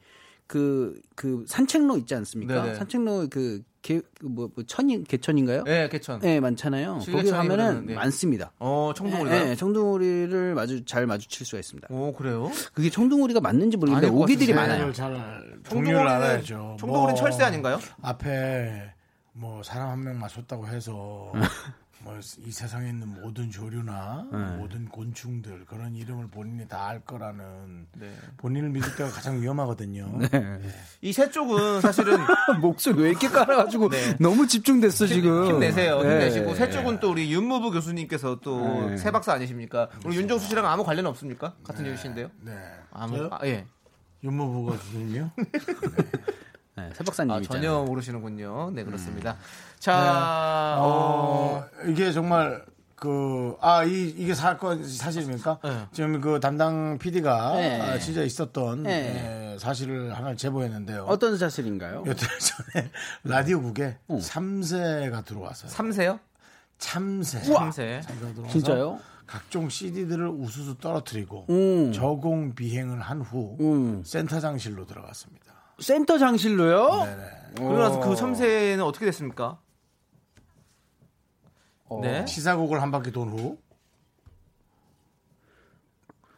H: 그 그 산책로 있지 않습니까?
B: 네네.
H: 산책로 그개뭐 뭐 천인 개천인가요?
B: 네, 개천.
H: 네, 많잖아요. 거기
B: 실개천이
H: 가면은
B: 그러면, 네.
H: 많습니다.
B: 어, 청둥오리가.
H: 네, 청둥오리를 마주 잘 마주칠 수가 있습니다.
B: 오, 그래요?
H: 그게 청둥오리가 맞는지 모르겠는데
B: 아닐 것
H: 오기들이
B: 같은데.
H: 네, 많아요.
A: 잘
B: 청둥오리는-
A: 뭐.
B: 청둥오리는 철새 아닌가요?
A: 앞에 뭐 사람 한 명 맞췄다고 해서 뭐 이 세상에 있는 모든 조류나
B: 네.
A: 모든 곤충들 그런 이름을 본인이 다 알 거라는
B: 네.
A: 본인을 믿을 때가 가장 위험하거든요.
B: 이 세 쪽은 사실은 네.
H: 목소리 왜 이렇게 깔아가지고 너무 집중됐어 뭐 지금.
B: 힘내세요.
H: 네.
B: 힘내시고 세 쪽은 또 우리 윤무부 교수님께서 또 세 박사 아니십니까? 우리 윤정수 씨랑 아무 관련 없습니까? 같은 교수신데요.
A: 네.
B: 아무
A: 저요?
B: 아, 예.
A: 윤모부가 주님요?
H: 네, 새 박사님
B: 아,
H: 있잖아요.
B: 전혀 모르시는군요. 네, 그렇습니다. 자, 어,
A: 어, 이게 정말 그, 아, 이, 이게 사건 사실입니까?
B: 네.
A: 지금 그 담당 PD가 아,
H: 네.
A: 진짜 있었던
H: 네.
A: 예, 사실을 하나 제보했는데요.
H: 어떤 사실인가요?
A: 여태 전에 라디오국에 참새가 들어와서요.
B: 삼세요?
A: 참새.
B: 삼세.
A: 참새가 들어와서
H: 진짜요?
A: 각종 CD들을 우수수 떨어뜨리고
H: 음.
A: 저공 비행을 한 후
H: 음.
A: 센터장실로 들어갔습니다.
H: 센터 장실로요?
B: 그러고 나서 그 삼세는 어떻게 됐습니까? 네.
A: 시사곡을 한 바퀴 돈 후.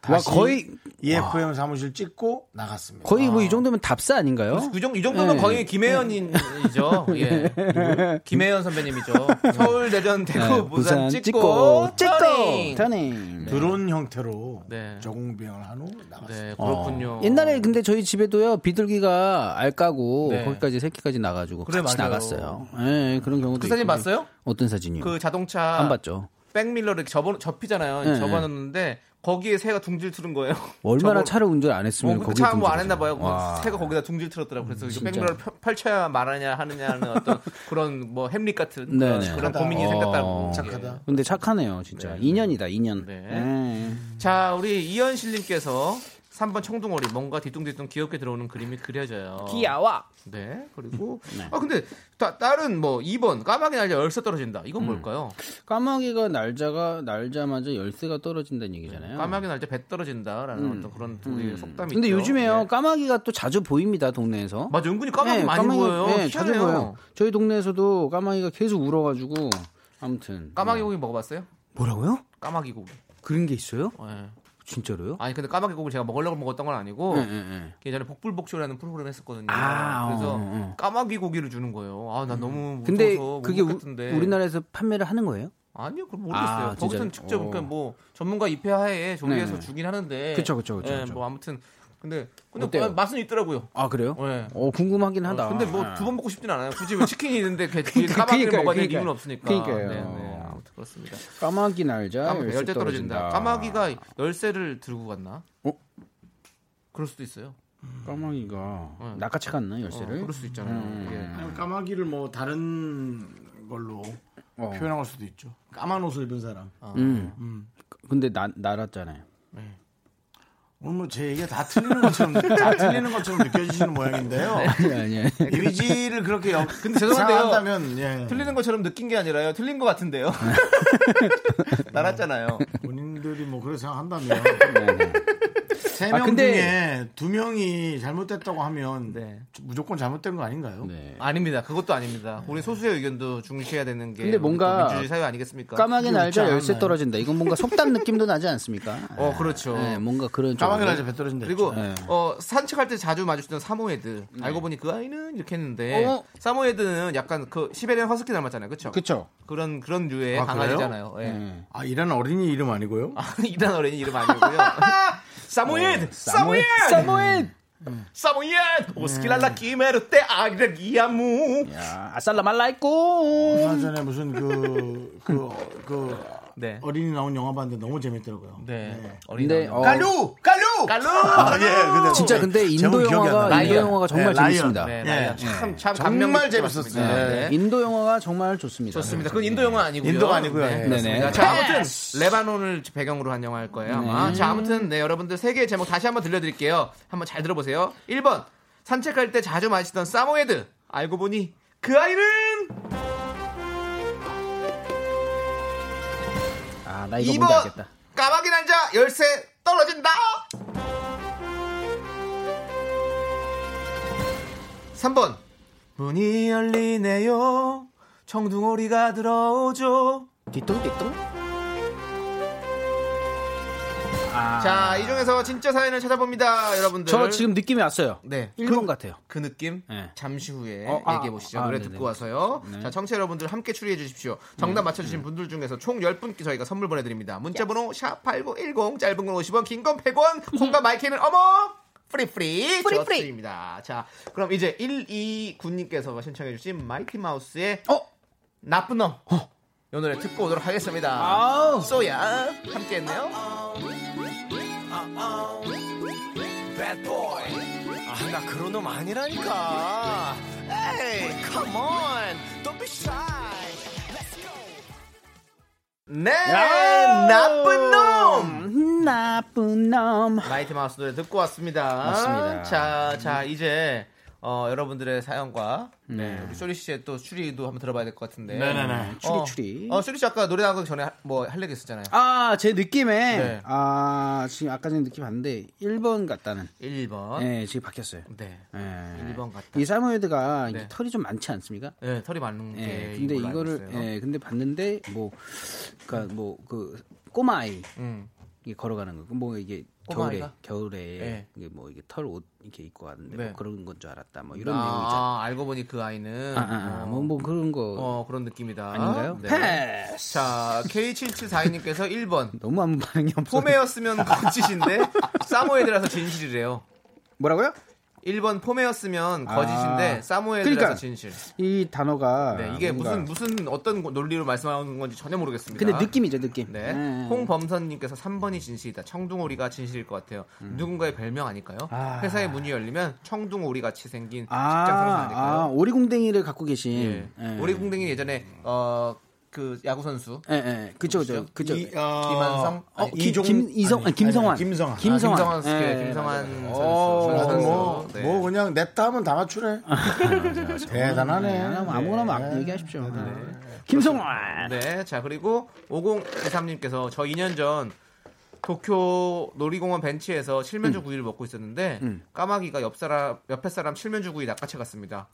H: 와
A: 다시
H: 거의
A: EFM 사무실 찍고 나갔습니다.
H: 거의
B: 아.
H: 뭐 이 정도면 답사 아닌가요?
B: 이, 그 정, 이 정도면
H: 네.
B: 거의 김혜연이죠. 예. 누구? 김혜연 선배님이죠. 서울대전 대구
H: 네,
B: 부산, 찍고
H: 찍고
B: 터닝.
H: 네. 터닝.
A: 네. 드론 형태로
B: 네.
A: 저공 비행을 한 후 나갔습니다.
B: 네, 그렇군요.
H: 어. 옛날에 근데 저희 집에도요 비둘기가 알 까고
B: 네.
H: 거기까지 새끼까지 나가지고
B: 그래,
H: 같이
B: 맞아요.
H: 나갔어요. 예, 그런 경우도
B: 그 사진
H: 있고.
B: 봤어요?
H: 어떤 사진이요?
B: 그 자동차
H: 음. 안 봤죠.
B: 백밀러를 접어, 접히잖아요.
H: 네.
B: 접어놓는데 거기에 새가 둥질 트는 거예요.
H: 얼마나
B: 저걸-
H: 차를 운전 안
B: 어,
H: 했으면
B: 그
H: 거기
B: 차 뭐 안 했나 봐요.
H: 와.
B: 새가 거기다 둥질 틀었더라고. 그래서 이거
H: 진짜.
B: 백밀러를 펼- 펼쳐야 말하냐 하느냐 하는 어떤 그런 뭐 햄릿 같은 그런,
H: 네네.
B: 그런 고민이
H: 어.
B: 생겼다고.
A: 착하다.
H: 근데 착하네요, 진짜. 인연이다, 인연.
B: 네.
H: 예.
B: 자, 우리 이현실님께서 3번 청둥오리 뭔가 뒤뚱뒤뚱 귀엽게 들어오는 그림이 그려져요.
H: 귀여워.
B: 네. 그리고
H: 음.
B: 아 근데 다, 다른 뭐 2번 까마귀 날려 열쇠 떨어진다. 이건
H: 음.
B: 뭘까요?
H: 까마귀가 날자가 날자마자 열쇠가 떨어진다는 얘기잖아요.
B: 네,
H: 음.
B: 까마귀 날때 배 떨어진다라는 어떤 그런 우리 속담이
H: 근데
B: 있죠.
H: 요즘에요
B: 네.
H: 까마귀가 또 자주 보입니다 동네에서.
B: 맞아 은근히 까마귀
H: 예,
B: 많이
H: 까마귀-
B: 보여요.
H: 예, 자주
B: 희한해요.
H: 보여요. 저희 동네에서도 까마귀가 계속 울어가지고 아무튼.
B: 까마귀
H: 네.
B: 고기 먹어봤어요?
H: 뭐라고요?
B: 까마귀 고기.
H: 그런 게 있어요?
B: 예.
H: 진짜로요?
B: 아니 근데 까마귀 고기 제가 먹으려고 먹었던 건 아니고 그
H: 예, 예, 예.
B: 예전에 복불복쇼라는 프로그램 했었거든요.
H: 아,
B: 그래서
H: 어, 어.
B: 까마귀 고기를 주는 거예요. 아 나 너무
H: 근데
B: 무서워서 뭐
H: 그게
B: 못
H: 우,
B: 먹겠던데.
H: 우리나라에서 판매를 하는 거예요?
B: 아니요, 그럼 모르겠어요.
H: 아,
B: 거기서는
H: 진짜요?
B: 직접 그러니까
H: 어.
B: 뭐 전문가 입회하에 조리해서
H: 네.
B: 주긴 하는데.
H: 그쵸, 그쵸, 그쵸,
B: 예,
H: 그쵸.
B: 뭐 아무튼 근데 근데
H: 어때요?
B: 맛은 있더라고요.
H: 아 그래요?
B: 예.
H: 어 궁금하긴
B: 어,
H: 하다. 네.
B: 근데 뭐 두 번 먹고 싶진 않아요. 굳이 뭐 치킨이 있는데 그 뒤에
H: 그러니까,
B: 까마귀를
H: 그러니까요,
B: 먹어야 될
H: 그러니까요.
B: 이유는 없으니까.
H: 그러니까요. 아,
B: 네, 네, 아무튼 그렇습니다.
H: 까마귀 날자
B: 까마, 열쇠 떨어진다. 까마귀가 열쇠를 들고 갔나?
H: 어?
B: 그럴 수도 있어요.
H: 까마귀가
B: 응.
H: 낚아채 갔나
B: 어,
H: 열쇠를? 음.
B: 그럴 수 있잖아요. 예.
A: 까마귀를 뭐 다른 걸로
H: 어.
A: 표현할 수도 있죠. 까만 옷을 입은 사람.
H: 음. 근데 나 날았잖아요.
A: 오늘 뭐 제 얘기가 다 틀리는 것처럼 다 틀리는 것처럼 느껴지시는 모양인데요.
H: 아니
B: 네,
H: 아니. 아니.
A: 이미지를 그렇게 역, 근데
B: 죄송한데요.
A: 한다면 예.
B: 틀리는 것처럼 느낀 게 아니라요. 틀린 것 같은데요. 날았잖아요.
H: 네,
A: 본인들이 뭐 그렇게 생각한다면
H: 아,
A: 세 명 중에 두 명이 잘못됐다고 하면
H: 네.
A: 무조건 잘못된 거 아닌가요?
B: 아닙니다. 그것도 아닙니다.
H: 네.
B: 우리 소수의 의견도 중시해야 되는 게
A: 근데
B: 우리 또
A: 뭔가
B: 민주주의 사회 아니겠습니까?
H: 까마귀 날자 열쇠
B: 떨어.
H: 떨어진다. 이건 뭔가 속담 느낌도 나지 않습니까?
B: 어 그렇죠.
H: 네, 뭔가 그런
B: 까마귀
H: 쪽으로.
B: 날자 배 떨어진다 그리고
H: 네.
B: 어, 산책할 때 자주 마주치던 사모예드 알고 보니 그 아이는 이렇게 했는데
H: 어?
B: 사모예드는 약간 그 시베리안 허스키 닮았잖아요, 그렇죠?
H: 그쵸.
B: 그런 그런 류의
A: 아,
B: 강아지잖아요. 예.
A: 아, 이란 어린이 이름 아니고요?
B: 이란 어린이 이름 아니고요. 어, 사모예드, 사모예드,
H: 사모엘.
B: 사모예드, 오스킬랄라 키메르 때 아이레기야무.
H: 아살라 말라이꼬.
A: 얼마 전에 무슨 그, 그, 그,
B: 네.
A: 어린이 나온 영화 봤는데 너무 재밌더라고요.
B: 네.
H: 근데 어,
A: 갈루! 갈루!
B: 갈루!
A: 아, 예, 근데
H: 진짜 근데 인도
A: 제목 기억이 안 나요.
H: 영화가 인도
A: 라이언.
H: 영화가 정말
A: 네, 라이언.
H: 재밌습니다.
A: 네,
B: 네,
A: 라이언.
B: 참, 참
A: 정말 재밌었어요.
B: 네.
H: 인도 영화가 정말 좋습니다. 네.
B: 좋습니다. 그건 인도 영화 아니고요.
A: 인도가 아니고요. 예,
B: 네.
H: 그렇습니다.
B: 네네. 자, 아무튼 레바논을 배경으로 한 영화일 거예요. 아마.
H: 네.
B: 자, 아무튼 네, 여러분들 세 개의 제목 다시 한번 들려드릴게요. 한번 잘 들어보세요. 1번 산책할 때 자주 마시던 사모예드. 알고 보니 그 아이는
H: 아, 나 이거 뭔지
B: 2번
H: 알겠다.
B: 까마귀 난자 열쇠 떨어진다. 3번 문이 열리네요. 청둥오리가 들어오죠.
H: 뒤뚱뒤뚱.
B: 자, 이 중에서 진짜 사연을 찾아봅니다, 여러분들.
H: 저 지금 느낌이 왔어요.
B: 네.
H: 1번 같아요.
B: 그 느낌
H: 네.
B: 잠시 후에
H: 어, 아,
B: 얘기해 보시죠.
H: 아,
B: 노래
H: 네네. 네.
B: 듣고 와서요. 자, 청취 자 여러분들 함께 추리해 주십시오. 정답 맞춰 주신 분들 중에서 총 10분께 저희가 선물 보내 드립니다. 문자 번호 샵8910 짧은 건 50원, 긴 건 100원. 콩과 마이크는 어머 프리프리
H: 프리, 프리.
B: 좋습니다. 자, 그럼 이제 129님께서 신청해 주신 마이티 마우스의
H: 어?
B: 나쁜 놈. 이 노래 듣고 오도록 하겠습니다.
H: 아우.
B: 소야 함께 했네요. 아, 네 나쁜 놈
H: 나쁜 놈.
B: 나이트 마우스 노래 듣고 왔습니다.
H: 맞습니다.
B: 자, 자 이제 어, 여러분들의 사연과
H: 네.
B: 우리 쇼리 씨의 또 추리도 한번 들어봐야 될 것 같은데.
A: 네네네.
H: 추리,
B: 어,
H: 추리.
B: 어, 쇼리 씨 아까 노래 나가기 전에 뭐 할 얘기 있었잖아요.
H: 아, 제 느낌에
B: 네.
H: 아, 지금 아까 전에 느낌 봤는데 1번 같다는.
B: 1번. 네.
H: 네, 지금 바뀌었어요. 예.
B: 1번 같다.
H: 이 사모예드가 이게
B: 네.
H: 털이 좀 많지 않습니까?
B: 네, 털이 많은 게.
H: 예, 근데
B: 이걸로 알고
H: 이거를
B: 있어요.
H: 예, 근데 봤는데 뭐 그러니까 뭐 그 꼬마 아이
B: 음.
H: 이게 걸어가는 거. 뭐 이게
B: 꼬마
H: 겨울에
B: 아이가?
H: 겨울에
B: 예.
H: 이게 뭐 이게 털 옷 이렇게 입고 왔는데
B: 네.
H: 뭐 그런 건 줄 알았다. 뭐 이런 내용이죠.
B: 아, 알고 보니 그 아이는
H: 아, 아, 아,
B: 어,
H: 뭐, 뭐 그런 거
B: 어, 그런 느낌이다.
H: 아닌가요?
B: 네.
H: 패스.
B: 자, K7742님께서 1번.
H: 너무 아무 반응이 없어.
B: 포메였으면 거짓인데 사모예드라서 진실이래요.
H: 뭐라고요?
B: 1번 포메였으면 거짓인데
H: 아.
B: 사모예드라서
H: 그러니까.
B: 진실.
H: 이 단어가
B: 네, 이게
H: 뭔가-
B: 무슨 무슨 어떤 고- 논리로 말씀하는 건지 전혀 모르겠습니다.
H: 근데 느낌이죠, 느낌.
B: 네.
H: 예.
B: 홍범선님께서 3번이 진실이다. 청둥오리가 진실일 것 같아요. 누군가의 별명 아닐까요?
H: 음. 아.
B: 회사의 문이 열리면 청둥오리 같이 생긴
H: 아,
B: 직장 상사 아닐까요?
H: 아, 네. 오리공댕이를 갖고 계신.
B: 예. 오리궁댕이 예전에 어 그 야구 선수
H: 예, 예. 그쵸, 그쵸. 그쵸.
A: 이, 어,
B: 김한성?
H: 어,
B: 아니,
H: 김, 김, 이성, 아니, 김성환.
A: 아니, 김성환.
H: 김성환.
B: 김성환 선수,
H: 예,
B: 김성환
H: 맞아요.
B: 선수,
H: 어,
B: 선수.
A: 어, 뭐,
B: 네.
A: 뭐 그냥 냈다 하면 다 맞추래. 대단하네.
H: 아무거나 뭐 아무거나 막
A: 네. 그렇죠.
H: 얘기하십시오. 아. 김성환.
B: 네, 자 그리고 5023님께서 저 2년 전 도쿄 놀이공원 벤치에서
H: 음.
B: 칠면조 구이를 먹고 있었는데 까마귀가 옆 사람 옆에 사람 칠면조 구이 낚아채 갔습니다.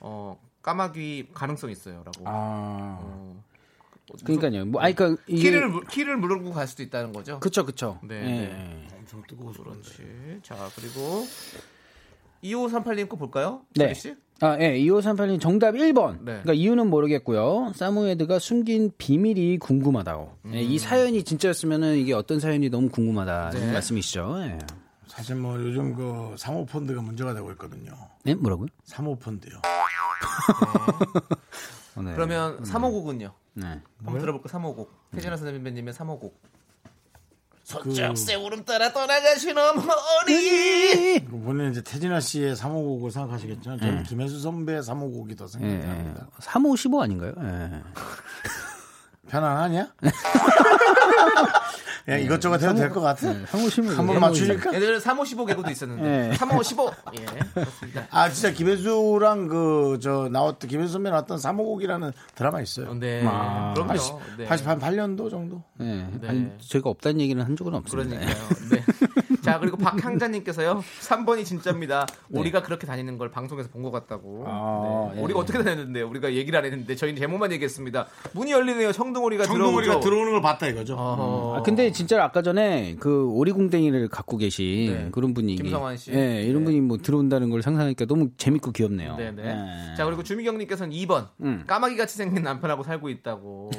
B: 어 까마귀 가능성 있어요라고.
H: 아,
B: 어, 무슨-
H: 그러니까요. 뭐, 아니, 그니까, 이게.
B: 키를 물- 키를 물고 갈 수도 있다는 거죠.
H: 그쵸, 그쵸.
B: 네,
H: 예.
B: 네. 엄청 뜨거워 그렇지. 자 그리고 2538님 거 볼까요?
H: 네.
B: 조리 씨?
H: 아, 예, 2538님 정답 1번.
B: 네.
H: 그러니까 이유는 모르겠고요. 사무에드가 숨긴 비밀이 궁금하다고. 예,
A: 음.
H: 이 사연이 진짜였으면은 이게 어떤 사연이 너무 궁금하다.
A: 네.
H: 이런 말씀이시죠. 예.
A: 사실 뭐 요즘 그 사모펀드가 문제가 되고 있거든요.
H: 네, 뭐라고요?
A: 사모펀드요.
H: 어, 네.
B: 그러면 3호곡은요?
H: 네.
B: 한번 들어볼까 3호곡 태진아 선배님의 3호곡
A: 이거 본인은 이제 태진아 씨의 사모곡을 생각하시겠지만 저는 김혜수 선배의 사모곡이 더
H: 예,
A: 생각이
H: 예.
A: 납니다.
H: 3호 15 아닌가요? 예.
A: 편안하냐? 예, 이것저것 해도 될 것 같아.
H: 상호 15.
A: 네. 한번 맞추니까?
B: 예전에 3호 15 개그도 있었는데
H: 예.
B: 3호 15 예, 그렇습니다
A: 아 진짜 김혜수랑 그 저 나왔던 김혜수 선배 나왔던 사모곡이라는 드라마 있어요.
B: 네
H: 아,
B: 그럼요 네.
A: 88년도 정도. 네. 그러니까.
H: 예. 아니, 저희가 없다는 얘기는 한 적은 없습니다.
B: 그러니까요 네. 자 그리고 박향자님께서요 3번이 진짜입니다. 우리가 그렇게 다니는 걸 방송에서 본 것 같다고.
H: 아,
B: 네.
H: 예.
B: 우리가 어떻게 다녔는데 우리가 얘기를 안 했는데 저희는 제목만 얘기했습니다. 문이 열리네요. 청둥오리가
A: 청둥오리가
B: 들어오죠.
A: 그러니까 들어오는 걸 봤다 이거죠.
B: 어.
H: 아, 근데 진짜 아까 전에 그 오리궁뎅이를 갖고 계신
B: 네.
H: 그런 분이 이게-
B: 김성환 씨. 네.
H: 예, 이런 분이 뭐 들어온다는 걸 상상하니까 너무 재밌고 귀엽네요.
B: 네네.
H: 예.
B: 자 그리고 주미경님께서는 2번
H: 음.
B: 까마귀 같이 생긴 남편하고 살고 있다고.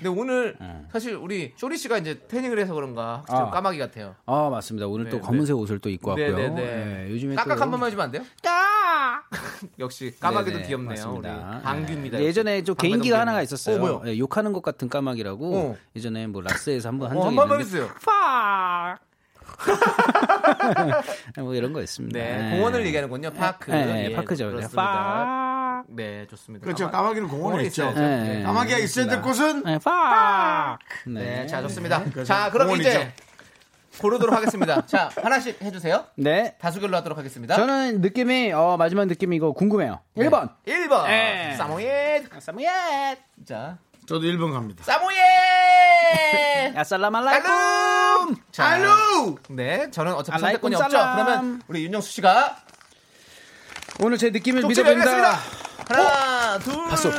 B: 근데 오늘 사실 우리 쇼리 씨가 이제 태닝을 해서 그런가 확실히 좀
H: 네. 아.
B: 까마귀 같아요.
H: 아 맞습니다. 오늘 또
B: 네,
H: 검은색 옷을 또 입고 왔고요.
B: 네네네.
H: 예, 요즘에
B: 깍깍
H: 또- 아!
B: 한 번만 해주면 안 돼요? 역시 까마귀도
H: 네네,
B: 귀엽네요.
H: 맞습니다. 예. 네.
B: 우리 방귀입니다.
H: 예전에 좀
B: 방배동
H: 개인기가
B: 때문에.
H: 하나가 있었어요.
B: 어, 뭐요?
H: 예, 욕하는 것 같은 까마귀라고
B: 어.
H: 예전에 뭐 라스에서 한번 한
B: 어, 한
H: 적이
B: 번만
H: 있는데
B: 해주세요.
H: 뭐 이런 거였습니다.
B: 네,
H: 예.
B: 공원을 얘기하는군요. 파크.
H: 네,
B: 예,
H: 파크죠.
B: 그렇습니다. 네, 좋습니다.
A: 그렇죠.
B: 까마-
A: 까마귀는 공원에
B: 공원에
A: 있죠.
B: 있어야죠. 네.
A: 까마귀가 있어야 될 곳은
H: 예, 팍!
B: 네,
H: 네.
B: 자, 좋습니다.
A: 네, 그렇죠.
B: 자, 그럼
A: 공원이죠.
B: 이제 고르도록 하겠습니다. 자, 하나씩 해주세요.
H: 네.
B: 다수결로 하도록 하겠습니다. 네.
H: 저는 느낌이 어, 마지막 느낌이 이거 궁금해요. 1번.
B: 1번.
H: 예.
B: 사모옙.
H: 사무예.
B: 자,
A: 저도 1번 갑니다.
B: 사모옙.
H: 야살라말라쿰.
B: 자,
A: 알루!
B: 네, 저는 어차피
H: 알라이쿰
B: 선택권이 없죠.
H: 살람.
B: 그러면 우리 윤정수 씨가
H: 오늘 제 느낌을
B: 쪽지
H: 믿어봅니다.
B: 열겠습니다. 하나, 둘,
H: 봤어.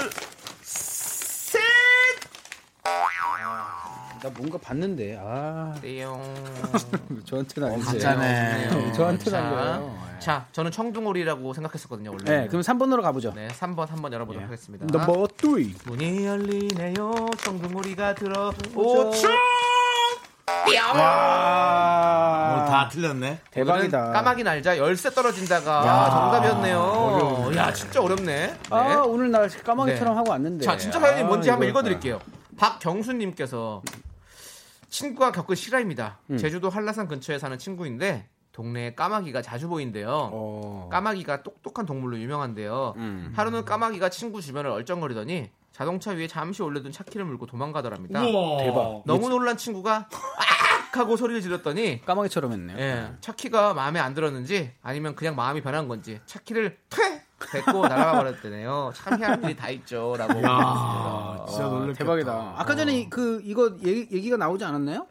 B: 셋.
H: 나 뭔가 봤는데. 아,
B: 띠용.
H: 저한테는 아니지.
A: 가짜네.
H: 네, 저한테는
B: 자,
H: 안 돼요.
B: 자, 저는 청둥오리라고 생각했었거든요, 원래.
H: 네, 그럼 3번으로 가보죠.
B: 네, 3번 한번 열어보도록 하겠습니다.
H: 넘버 2.
B: 문이 열리네요. 청둥오리가 들어오죠. 아.
A: 오늘 다 틀렸네.
H: 대박이다.
B: 까마귀 날자 열쇠 떨어진다가 정답이었네요. 야, 진짜 어렵네. 네.
H: 아, 오늘 나 까마귀처럼
B: 네.
H: 하고 왔는데.
B: 자, 진짜 사연이
H: 아,
B: 뭔지 한번
H: 이거.
B: 읽어드릴게요. 박경수님께서 친구가 겪은 실화입니다.
H: 음.
B: 제주도 한라산 근처에 사는 친구인데 동네에 까마귀가 자주 보인대요.
H: 어. 음.
B: 까마귀가 똑똑한 동물로 유명한데요. 하루는 까마귀가 친구 주변을 얼쩡거리더니 자동차 위에 잠시 올려둔 차키를 물고 도망가더랍니다.
H: 대박.
B: 너무 놀란 친구가 아악 하고 소리를 질렀더니
H: 까마귀처럼 했네요.
B: 예, 차키가 마음에 안 들었는지 아니면 그냥 마음이 변한 건지 차키를 퇴 뱉고 날아가 버렸대네요. 참 희한한 일이 다 있죠라고. 어,
A: 야, 진짜 놀랬겠다.
H: 대박이다. 아까 전에 이- 그 이거 얘기, 얘기가 나오지 않았나요?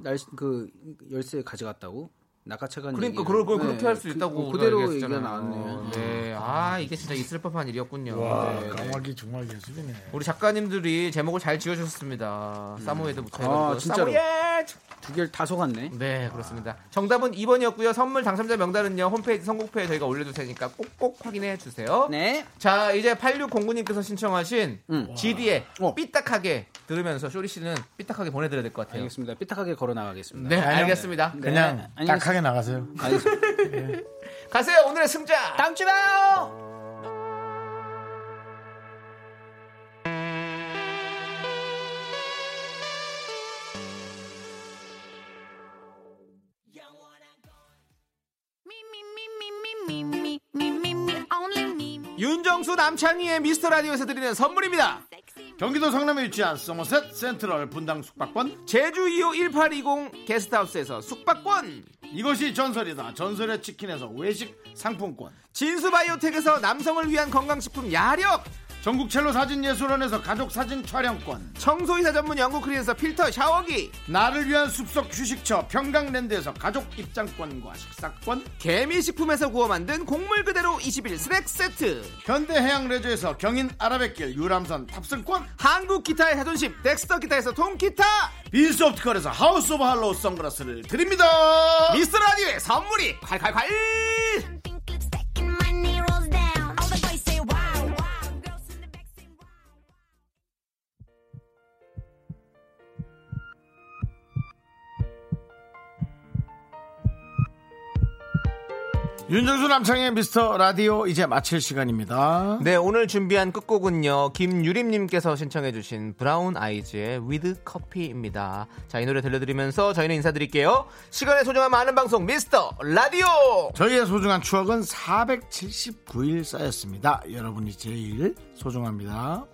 H: 날그 열쇠 가져갔다고 낙하차가
B: 그러니까 그걸, 그걸 그렇게 할 수 있다고
H: 그,
B: 우리가
H: 대로
B: 얘기했잖아요.
H: 얘기가 나왔네요.
B: 네, 아 이게 진짜 있을 법한 일이었군요.
A: 와,
B: 네, 네.
A: 까마귀 정말 예술이네.
B: 우리 작가님들이 제목을 잘 지어주셨습니다. 사모예드 붙여가지고
H: 아, 진짜로. 두 개를 다 속았네.
B: 네, 그렇습니다. 정답은 2번이었고요. 선물 당첨자 명단은요. 홈페이지 선곡표에 저희가 올려둘 테니까 꼭꼭 확인해 주세요.
H: 네.
B: 자, 이제 8609님께서 신청하신
H: 음.
B: GD의
H: 와.
B: 삐딱하게 들으면서 쇼리 씨는 삐딱하게 보내드려야 될 것 같아요.
H: 알겠습니다. 삐딱하게 걸어 나가겠습니다.
B: 네, 알겠습니다.
A: 그냥
H: 안녕히
A: 딱하게 나가세요.
H: 알겠습니다.
B: 가세요, 오늘의 승자!
H: 다음 주 봐요.
B: 윤정수 남창희의 미스터 라디오에서 드리는 선물입니다.
A: 경기도 성남에 위치한 서머셋 센트럴 분당 숙박권.
B: 제주 2호 1820 게스트하우스에서 숙박권!
A: 이것이 전설이다. 전설의 치킨에서 외식 상품권.
B: 진수바이오텍에서 남성을 위한 건강식품 야력!
A: 전국 첼로 사진 예술원에서 가족 사진 촬영권.
B: 청소이사 전문 영국 크리에서 필터 샤워기!
A: 나를 위한 숲속 휴식처 평강랜드에서 가족 입장권과 식사권.
B: 개미식품에서 구워 만든 곡물 그대로 21 스낵 세트!
A: 현대해양 레저에서 경인 아라뱃길 유람선 탑승권.
B: 한국 기타의 자존심 덱스터 기타에서 통기타!
A: 빈소프트컬에서 하우스 오브 할로우 선글라스를 드립니다.
B: 미스터 라디오의 선물이 콸콸콸!
A: 윤정수 남창의 미스터 라디오 이제 마칠 시간입니다.
B: 네, 오늘 준비한 끝곡은요. 김유림님께서 신청해주신 브라운 아이즈의 위드 커피입니다. 자, 이 노래 들려드리면서 저희는 인사드릴게요. 시간의 소중함 아는 방송 미스터 라디오!
A: 저희의 소중한 추억은 479일 쌓였습니다. 여러분이 제일 소중합니다.